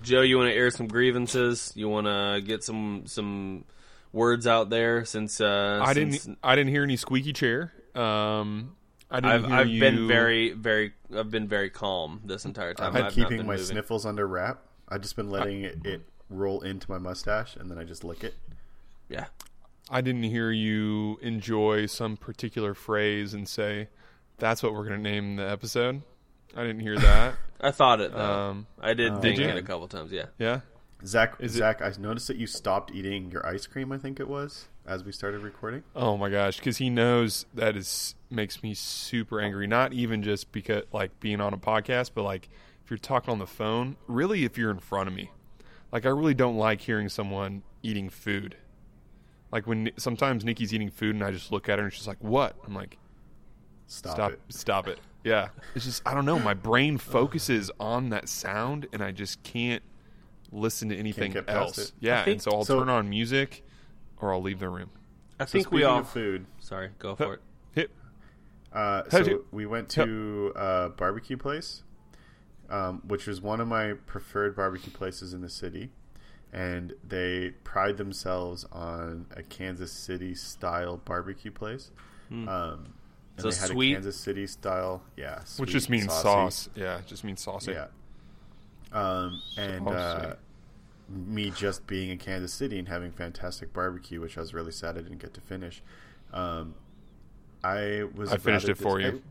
S1: Joe, you want to air some grievances? You want to get some some words out there since uh,
S3: I
S1: since
S3: didn't. I didn't hear any squeaky chair. Um, I didn't
S1: I've,
S3: hear
S1: I've
S3: you-
S1: been very, very. I've been very calm this entire time.
S2: I've
S1: I've
S2: been
S1: not
S2: keeping
S1: been
S2: my
S1: moving.
S2: sniffles under wrap. I've just been letting it, it roll into my mustache and then I just lick it.
S1: Yeah,
S3: I didn't hear you enjoy some particular phrase and say, "That's what we're going to name the episode." I didn't hear that.
S1: I thought it though.
S3: um,
S1: I uh, did think
S3: you?
S1: it a couple times. Yeah,
S3: yeah,
S2: Zach,
S3: Is it-
S2: Zach, I noticed that you stopped eating your ice cream. I think it was as we started recording.
S3: Oh my gosh, because he knows that is makes me super angry. Not even just because like being on a podcast, but like if you're talking on the phone, really if you're in front of me, like I really don't like hearing someone eating food. Like when sometimes Nikki's eating food and I just look at her and she's like, "What?" I'm like,
S2: Stop,
S3: "Stop,
S2: it.
S3: stop it." Yeah, it's just I don't know. My brain focuses on that sound and I just can't listen to anything
S2: get past
S3: else.
S2: it.
S3: Yeah,
S1: think-
S3: and so I'll
S2: so-
S3: turn on music or I'll leave the room.
S1: I
S2: So
S1: think we
S2: speaking
S1: all.
S2: of food.
S1: Sorry, go for it.
S3: Hit.
S2: Uh,
S3: How'd
S2: so
S3: you-
S2: we went to a barbecue place, um, which was one of my preferred barbecue places in the city, and they pride themselves on a Kansas City style barbecue place.
S3: Hmm.
S2: Um, and
S1: So
S2: they had
S1: sweet.
S2: a Kansas City style, yeah,
S3: Which
S2: sweet,
S3: just means
S2: saucy.
S3: sauce. Yeah, it just means saucy.
S2: Yeah. Um, and
S3: Oh,
S2: uh, me just being in Kansas City and having fantastic barbecue, which I was really sad I didn't get to finish. Um, I was.
S3: I finished
S2: rather
S3: it for
S2: dis-
S3: you.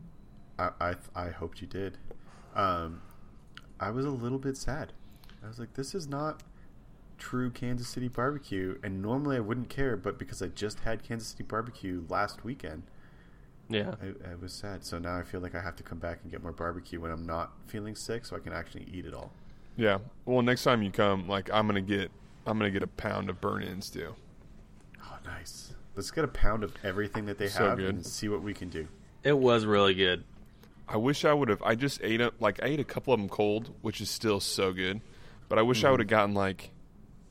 S2: I, I I hoped you did. Um, I was a little bit sad. I was like, this is not true Kansas City barbecue, and normally I wouldn't care, but because I just had Kansas City barbecue last weekend,
S1: Yeah.
S2: I, I was sad. So now I feel like I have to come back and get more barbecue when I'm not feeling sick, so I can actually eat it all.
S3: Yeah. Well, next time you come, like I'm gonna get, I'm gonna get a pound of burn ins too.
S2: Oh, nice. Let's get a pound of everything that they
S3: So
S2: have
S3: good.
S2: and see what we can do.
S1: It was really good.
S3: I wish I would have. I just ate up, like I ate a couple of them cold, which is still so good. But I
S2: Mm-hmm.
S3: wish I would have gotten like,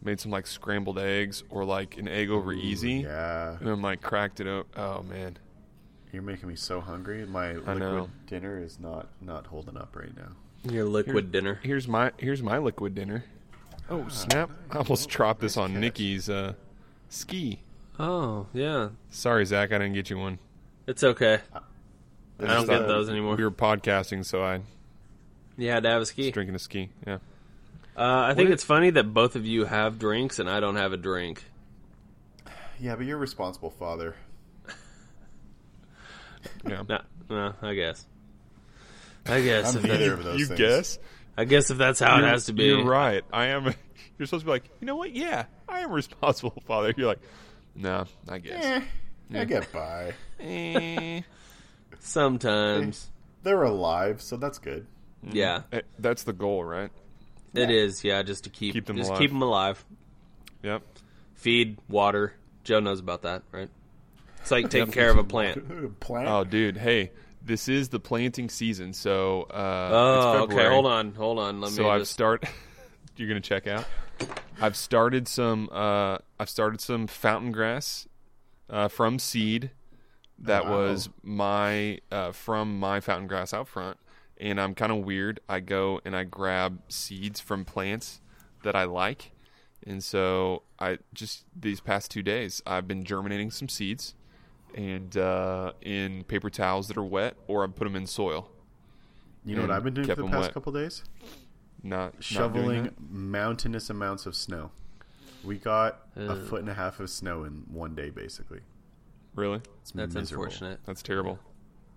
S3: made some like scrambled eggs or like an egg over easy,
S2: Yeah,
S3: and then like cracked it up. Oh man.
S2: you're making me so hungry. My liquid
S3: know.
S2: dinner is not not holding up right now.
S1: Your liquid dinner.
S3: Here's my here's my liquid dinner. Oh
S2: Ah,
S3: snap! I almost dropped this on Nikki's uh, ski.
S1: Oh yeah,
S3: Sorry, Zach, I didn't get you one.
S1: it's okay. I don't
S2: is
S1: get
S2: the-
S1: those anymore.
S3: We were podcasting, so I
S1: You had to have a ski.
S3: was drinking a ski. Yeah.
S1: Uh, I think
S3: What-
S1: it's funny that both of you have drinks and I don't have a drink.
S2: Yeah, but you're a responsible father.
S3: Yeah.
S1: No, no, I guess. I guess.
S2: I'm
S1: If that,
S2: neither of those.
S3: you
S2: things.
S3: guess?
S1: I guess if that's how it
S3: You're-
S1: has to be.
S3: You're right. I am. You're supposed to be like, you know what? Yeah, I am responsible, father. You're like, no, I guess.
S2: Eh, I get by.
S3: Eh.
S1: Sometimes,
S2: They're alive, so that's good.
S1: yeah,
S3: Eh, That's the goal, right?
S1: it is. Yeah, just to keep,
S3: Keep them
S1: just
S3: alive.
S1: keep them alive.
S3: Yep.
S1: Feed, water. Joe knows about that, right? It's like taking care of a plant.
S2: Plant.
S3: Oh, dude. Hey, this is the planting season, so uh,
S1: Oh,
S3: it's
S1: okay.
S3: February.
S1: Hold on, hold on. Let
S3: So
S1: me
S3: I've
S1: just.
S3: start. you're gonna check out. I've started some. Uh, I've started some fountain grass uh, from seed. That
S2: Wow.
S3: was my uh, from my fountain grass out front, and I'm kind of weird. I go and I grab seeds from plants that I like, and so I just these past two days I've been germinating some seeds, and uh, in paper towels that are wet, or I put them in soil.
S2: you know what
S3: and
S2: I've been doing for
S3: kept
S2: the
S3: 'em
S2: past
S3: wet.
S2: couple days?
S3: Not not doing
S2: Shoveling
S3: that.
S2: mountainous amounts of snow. We got a foot and a half of snow in one day, basically.
S3: really.
S2: It's
S1: That's
S2: miserable.
S1: unfortunate.
S3: That's terrible.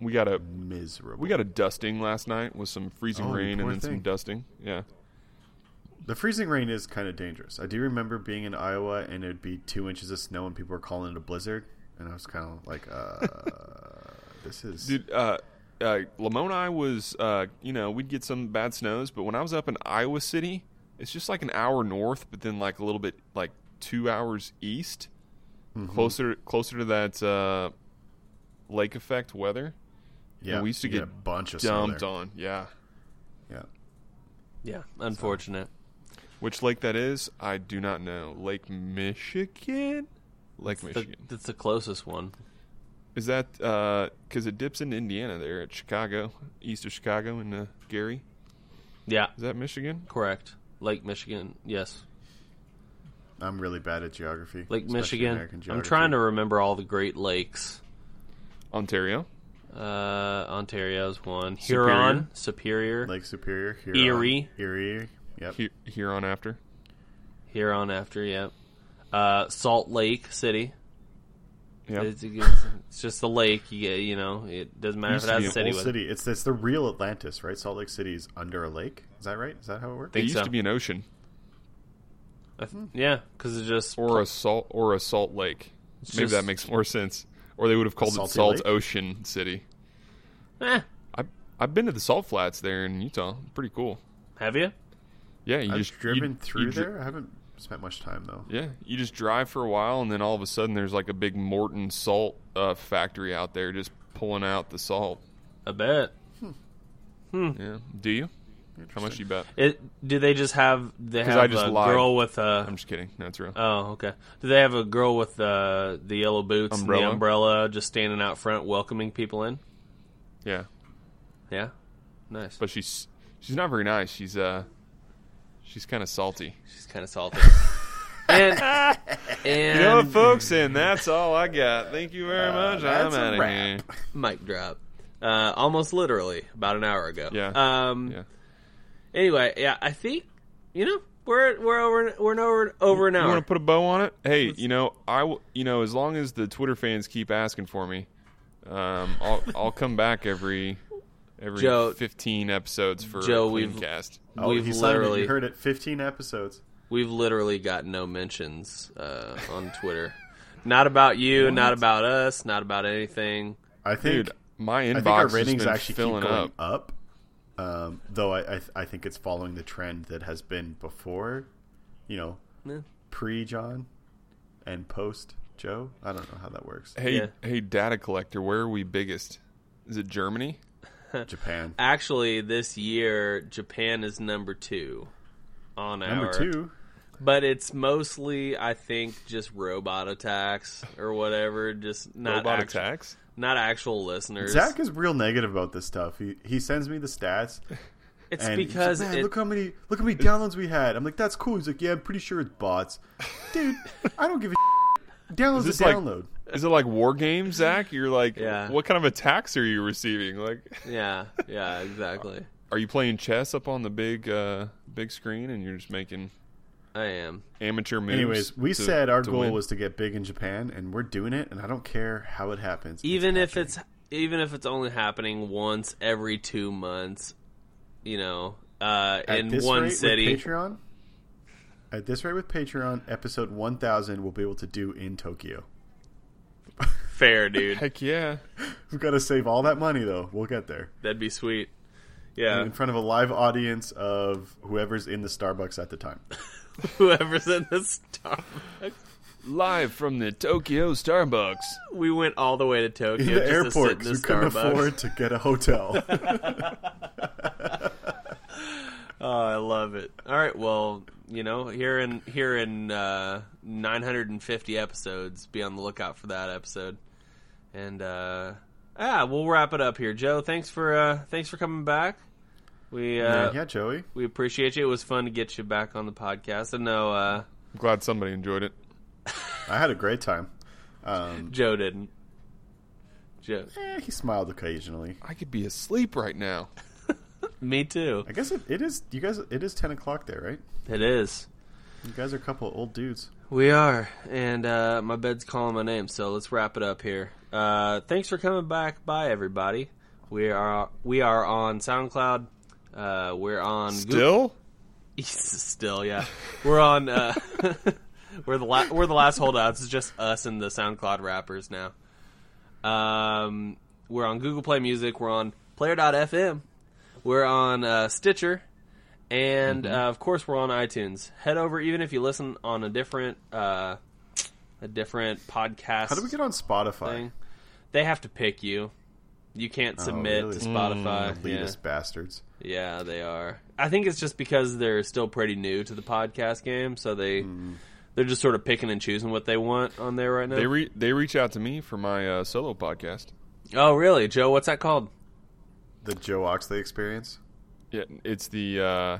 S3: We got a
S2: Miserable.
S3: we got a dusting last night with some freezing
S2: Oh, you
S3: rain and
S2: poor
S3: then some
S2: thing.
S3: dusting. Yeah.
S2: The freezing rain is kind of dangerous. I do remember being in Iowa and it'd be two inches of snow and people were calling it a blizzard, and I was kind of like, uh, "This is
S3: Dude, uh, uh, Lamoni was uh, you know we'd get some bad snows, but when I was up in Iowa City, it's just like an hour north, but then like a little bit like two hours east,
S2: Mm-hmm.
S3: closer closer to that uh, lake effect weather.
S2: yeah."
S3: we used to
S2: you
S3: get
S2: a bunch of snow
S3: Dumped
S2: there.
S3: on, yeah.
S2: Yeah,
S1: Yeah, unfortunate.
S3: Which lake that is, I do not know. Lake Michigan. Lake
S1: The-
S3: Michigan.
S1: that's the closest one.
S3: Is that because it dips into Indiana there at Chicago, east of Chicago and uh, Gary?
S1: Yeah,
S3: Is that Michigan?
S1: correct. Lake Michigan. Yes.
S2: I'm really bad at geography.
S1: Lake
S2: especially
S1: Michigan.
S2: American
S1: I'm
S2: geography.
S1: trying to remember all the Great Lakes.
S3: Ontario?
S1: Uh, Ontario's one.
S3: Superior.
S1: Huron, Superior,
S2: Lake Superior, Huron,
S1: Erie.
S2: Erie. Yep.
S3: Here, here on after?
S1: Huron after, yep. Uh, Salt Lake City.
S3: Yeah.
S1: It's, it's- it's just a lake. You, get- you know, it doesn't matter if
S3: Used
S1: it
S3: to
S1: has
S3: be
S1: a
S3: an
S1: city
S2: Whole
S1: with it.
S2: city. It's it's the real Atlantis, right? Salt Lake City is under a lake. Is that right? Is that how it works?
S3: It
S1: think
S3: used
S1: so.
S3: to be an ocean.
S1: I th- yeah, because it just
S3: or a salt or a Salt Lake. Maybe
S1: just-
S3: that makes more sense. Or they would have called it
S2: salty
S3: Salt
S2: lake?
S3: Ocean City.
S1: Eh,
S3: I I've been to the salt flats there in Utah. Pretty cool.
S1: have you?
S3: Yeah, you
S2: I've
S3: just you-
S2: driven
S3: you
S2: through
S3: dri-
S2: there. I haven't spent much time though.
S3: Yeah, you just drive for a while, and then all of a sudden, there's like a big Morton salt uh, factory out there just pulling out the salt.
S1: I bet.
S3: Yeah, do you? How much you bet?
S1: It do they just have they
S3: 'Cause
S1: have
S3: I just
S1: a
S3: lied.
S1: girl with a
S3: I'm just kidding. That's real.
S1: oh okay do they have a girl with the the yellow boots and
S3: Umbrella?
S1: the umbrella just standing out front welcoming people in?
S3: yeah,
S1: Yeah, nice.
S3: but she's she's not very nice. She's uh she's kind of salty.
S1: She's kind of salty. and and
S3: You know what, folks, and that's all I got. Thank you very much. I'm
S2: that's a
S3: out of here.
S2: wrap.
S1: mic drop. Uh, almost literally about an hour ago.
S3: Yeah.
S1: Um.
S3: Yeah.
S1: Anyway, yeah, I think you know we're we're over we're an over over an
S3: You
S1: hour.
S3: want to put a bow on it? Hey, you know, I w- you know, as long as the Twitter fans keep asking for me, um, I'll I'll come back every every
S1: Joe-
S3: 15 episodes for
S1: Joe, we've-
S3: Cast.
S2: Oh,
S1: we've
S2: he signed it.
S1: literally
S2: You heard it. Fifteen episodes.
S1: we've literally got no mentions uh, on Twitter. not about you, not about us, not about anything.
S2: I think.
S3: Dude, my
S2: I think our
S3: inbox has
S2: ratings
S3: been
S2: actually keep
S3: filling
S2: going
S3: up.
S2: up. Um, though I, I I think it's following the trend that has been before, you know,
S1: Yeah.
S2: pre John, and post Joe. I don't know how that works.
S3: Hey,
S1: Yeah.
S3: hey, data collector, where are we biggest? Is it Germany?
S2: Japan
S1: Actually, this year Japan is number two on
S2: number
S1: our
S2: two.
S1: but it's mostly I think just robot attacks or whatever, just not
S3: Robot
S1: act-
S3: attacks?
S1: not actual listeners.
S2: Zach is real negative about this stuff. He he sends me the stats,
S1: it's
S2: and he's like,
S1: because
S2: man,
S1: it-
S2: look how many look how many downloads we had. I'm like, that's cool. He's like, yeah, I'm pretty sure it's bots, dude. I don't give a downloads
S3: Is this
S2: a
S3: like-
S2: download.
S3: Is it like war games, Zach? You're like,
S1: Yeah.
S3: what kind of attacks are you receiving? Like,
S1: yeah, yeah, exactly.
S3: are you playing chess up on the big uh, big screen and you're just making
S1: I am.
S3: amateur moves?
S2: Anyways, we
S3: to-
S2: said our
S3: to
S2: goal
S3: win?
S2: was to get big in Japan, and we're doing it. And I don't care how it happens.
S1: Even if it's even if it's only happening once every two months, you know, uh,
S2: At
S1: in
S2: this
S1: one
S2: rate with
S1: city.
S2: Patreon. At this rate with Patreon, episode one thousand we'll be able to do in Tokyo.
S1: Fair, dude.
S3: Heck yeah.
S2: We've got to save all that money though. We'll get there.
S1: That'd be sweet. Yeah,
S2: in front of a live audience of whoever's in the Starbucks at the time.
S1: whoever's in the star.
S3: Live from the Tokyo Starbucks.
S1: We went all the way to Tokyo.
S2: In the
S1: just
S2: airport
S1: to sit
S2: 'cause
S1: in
S2: we
S1: the
S2: couldn't
S1: Starbucks.
S2: afford to get a hotel.
S1: Oh, I love it. All right, well, you know, here in here in uh, 950 episodes, be on the lookout for that episode. And uh, ah, we'll wrap it up here, Joe. Thanks for uh, thanks for coming back. We uh,
S2: yeah, Joey.
S1: we appreciate you. It was fun to get you back on the podcast. I know uh,
S3: I'm glad somebody enjoyed it.
S2: I had a great time. Um,
S1: Joe didn't. Joe,
S2: eh, he smiled occasionally.
S3: I could be asleep right now.
S1: me too.
S2: I guess it, it is. You guys, it is ten o'clock there, right?
S1: It is.
S2: You guys are a couple of old dudes.
S1: We are, and uh, my bed's calling my name, so let's wrap it up here. Uh, thanks for coming back. Bye, everybody. We are we are on SoundCloud. Uh, we're on Goo-
S3: Still?
S1: still, yeah. We're on. Uh, we're the la- we're the last holdouts. It's just us and the SoundCloud rappers now. Um, we're on Google Play Music. We're on Player.fm. We're on uh, Stitcher. And
S2: Mm-hmm.
S1: uh, of course, we're on iTunes. Head over, even if you listen on a different uh, a different podcast
S2: How do we get on Spotify?
S1: thing, they have to pick you. You can't submit
S2: Oh, really? Mm,
S1: to Spotify. yeah.
S2: Elitist bastards.
S1: yeah, they are. I think it's just because they're still pretty new to the podcast game, so they they're just sort of picking and choosing what they want on there right now.
S3: They re- they reach out to me for my uh, solo podcast.
S1: oh, really, Joe? What's that called?
S2: The Joe Oxley experience.
S3: Yeah, it's the uh,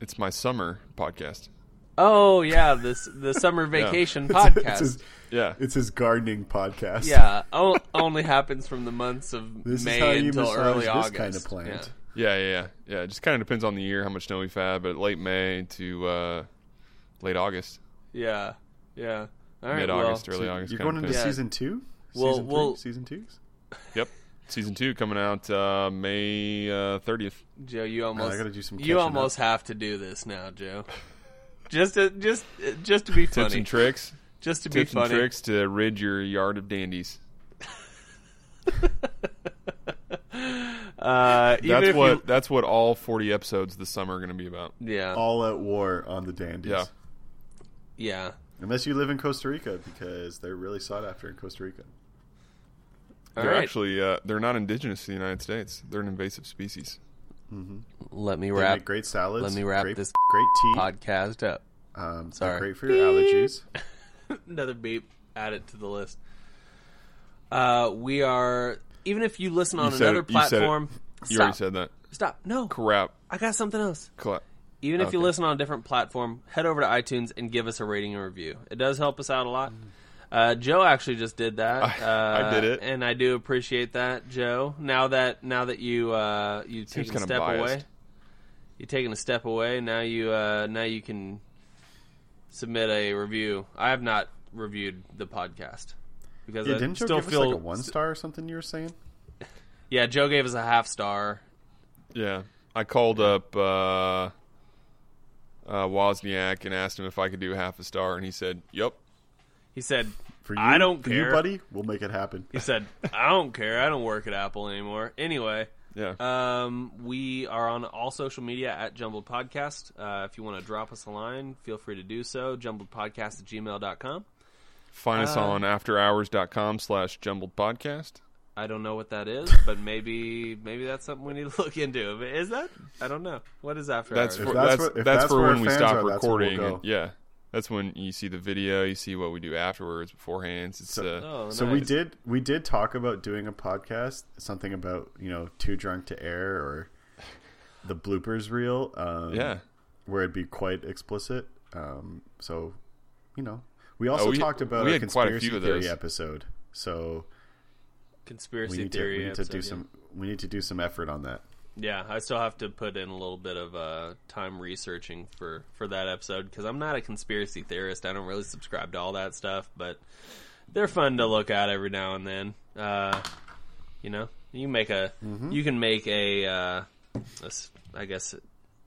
S3: it's my summer podcast.
S1: Oh yeah, this the summer vacation
S2: It's
S1: podcast.
S2: his,
S3: Yeah,
S2: it's his gardening podcast.
S1: yeah, o- only happens from the months of
S2: This
S1: May
S2: is how you
S1: until
S2: massage
S1: early
S2: this
S1: August.
S2: kind of plant.
S1: Yeah.
S3: yeah, yeah, yeah. yeah it just kind of depends on the year how much snow we've had, but late May to uh, late August,
S1: Yeah. Yeah. All right.
S3: mid August,
S1: well,
S3: early
S2: So
S3: August.
S2: You're
S3: kinda
S2: going into
S3: thing.
S1: Yeah.
S2: season two.
S1: Well,
S2: season
S1: well-
S2: three? season two.
S3: Yep, season two coming out uh, May uh, thirtieth.
S1: Joe, you almost
S2: gotta do some
S1: you
S2: catching
S1: almost have to do this now, Joe.
S4: just to, just just to be
S3: Tips
S4: funny.
S3: and tricks.
S4: Just to be
S3: Tips and
S4: funny.
S3: tricks to rid your yard of dandies.
S4: Uh, even
S3: That's
S4: if
S3: what
S4: you-
S3: that's what all 40 episodes this summer are going to be about.
S1: uh,
S4: yeah.
S2: All at war on the dandies.
S3: Yeah.
S4: yeah.
S2: Unless you live in Costa Rica, because they're really sought after in Costa Rica.
S4: All
S3: they're
S4: right.
S3: actually uh, they're not indigenous to the United States. They're an invasive species.
S1: Let me
S2: They
S1: wrap
S2: make great salads.
S1: let me wrap
S2: great,
S1: this
S2: great tea.
S1: podcast up.
S2: Um,
S1: Sorry.
S2: Sorry. Great for your allergies.
S4: Another beep.
S1: Add it to the list. Uh, we are even if you listen on
S3: You said
S1: another
S3: it- you said it.
S1: platform.
S3: You
S1: stop.
S3: already said that.
S1: Stop. No,
S3: Crap.
S1: I got something else.
S3: Clap.
S1: Even if you
S3: Okay.
S1: listen on a different platform, head over to iTunes and give us a rating and review. It does help us out a lot. Uh, Joe actually just did that.
S3: Mm. I-
S1: uh,
S3: I did it.
S1: and I do appreciate that, Joe. Now that now that you uh, you taken a
S3: kinda
S1: step
S3: biased.
S1: away, you taking a step away. Now you uh, now you can submit a review. I have not reviewed the podcast because
S2: Yeah,
S1: I
S2: didn't you
S1: still
S2: give
S1: feel
S2: us like a one star or something you were saying?
S1: Yeah, Joe gave us a half star.
S3: Yeah. I called up uh, uh, Wozniak and asked him if I could do half a star, and he said, "Yep."
S1: He said,
S2: For you,
S1: "I don't
S2: for
S1: care,
S2: you, buddy. We'll make it happen.
S1: He said, "I don't care. I don't work at Apple anymore." Anyway.
S3: Yeah.
S2: Uh,
S1: Um, we are on all social media at Jumbled Podcast. Uh, if you want to drop us a line, feel free to do so. Jumbledpodcast at gmail.com.
S3: Find us
S2: uh,
S3: on afterhours.com slash jumbled podcast.
S1: I don't know what that is, but maybe maybe that's something we need to look into. Is that? I don't know. What is after
S3: That's
S1: hours?
S3: for,
S2: that's
S3: that's,
S2: where- if
S3: that's,
S2: that's
S3: for
S2: where
S3: when we
S2: fans
S3: stop
S2: are, that's where we'll
S3: recording.
S2: go.
S3: and- yeah, that's when you see the video, you see what we do afterwards, beforehand. It's uh,
S1: Oh,
S2: So we
S1: nice.
S2: did we did talk about doing a podcast, something about you know too drunk to air or the bloopers reel, um,
S3: yeah,
S2: where it'd be quite explicit. Um, so you know, we also
S3: we-
S2: talked about
S3: we
S2: a
S3: had quite a
S2: conspiracy
S3: few of
S2: theory
S3: those.
S2: episode. So we
S1: conspiracy
S2: need to
S1: theory.
S2: we need to
S1: episode,
S2: do
S1: yeah.
S2: some we need to do some effort on that.
S1: Yeah, I still have to put in a little bit of uh, time researching for for that episode because I'm not a conspiracy theorist. I don't really subscribe to all that stuff, but they're fun to look at every now and then. Uh, you know, you make a
S3: Mm-hmm.
S1: you can make a, uh, a s- I guess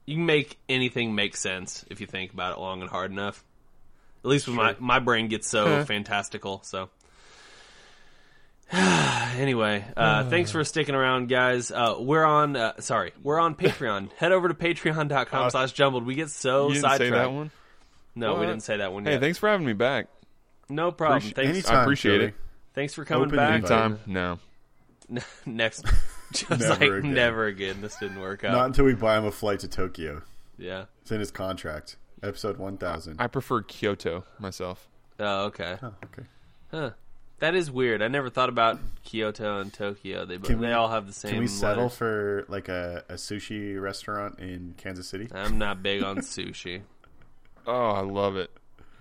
S1: you can make anything make sense if you think about it long and hard enough. At least with my my brain gets so fantastical. So anyway, uh, thanks for sticking around, guys. Uh, we're on. Uh, sorry, we're on Patreon. Head over to patreon.com slash jumbled. We get so
S3: Uh, you didn't
S1: sidetracked.
S3: say that one.
S1: No, we
S3: What?
S1: didn't say that one
S3: Hey,
S1: yet.
S3: thanks for having me back.
S1: no problem.
S3: Appreciate-
S1: Thanks.
S2: Anytime,
S3: appreciate
S2: Joey.
S3: it.
S1: Thanks for coming
S2: Open
S1: back.
S2: invite.
S3: Time no.
S1: Next, just
S2: Never
S1: like
S2: again.
S1: never again. This didn't work out.
S2: Not until we buy him a flight to Tokyo.
S1: yeah.
S2: It's in his contract. Episode one thousand.
S3: I prefer Kyoto myself.
S1: Oh, okay.
S2: Oh, okay.
S1: Huh. That is weird. I never thought about Kyoto and Tokyo. They
S2: Can we-
S1: they all have the same.
S2: Can we settle
S1: letters.
S2: for like a, a sushi restaurant in Kansas City?
S1: I'm not big on sushi.
S3: Oh, I love it.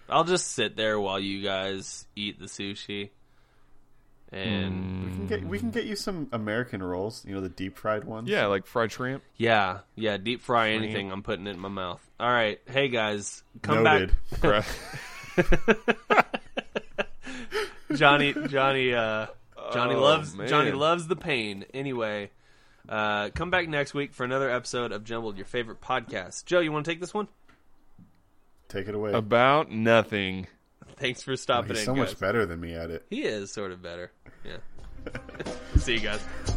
S1: I'll just sit there while you guys eat the sushi. And
S2: We can get we can get you some American rolls. You know the deep fried ones.
S3: Yeah, like fried shrimp.
S1: Yeah, yeah, deep fry anything. I'm putting it in my mouth. All right, hey guys, come
S2: noted.
S3: Gra-
S1: back, Johnny. Johnny. Uh, Johnny
S3: Oh,
S1: loves
S3: man.
S1: Johnny loves the pain. Anyway, uh, come back next week for another episode of Jumbled, your favorite podcast. Joe, you want to take this one?
S2: Take it away.
S3: About nothing.
S1: Thanks for stopping
S2: Oh, He's
S1: in.
S2: so
S1: guys.
S2: much better than me at it.
S1: He is sort of better. Yeah. See you guys.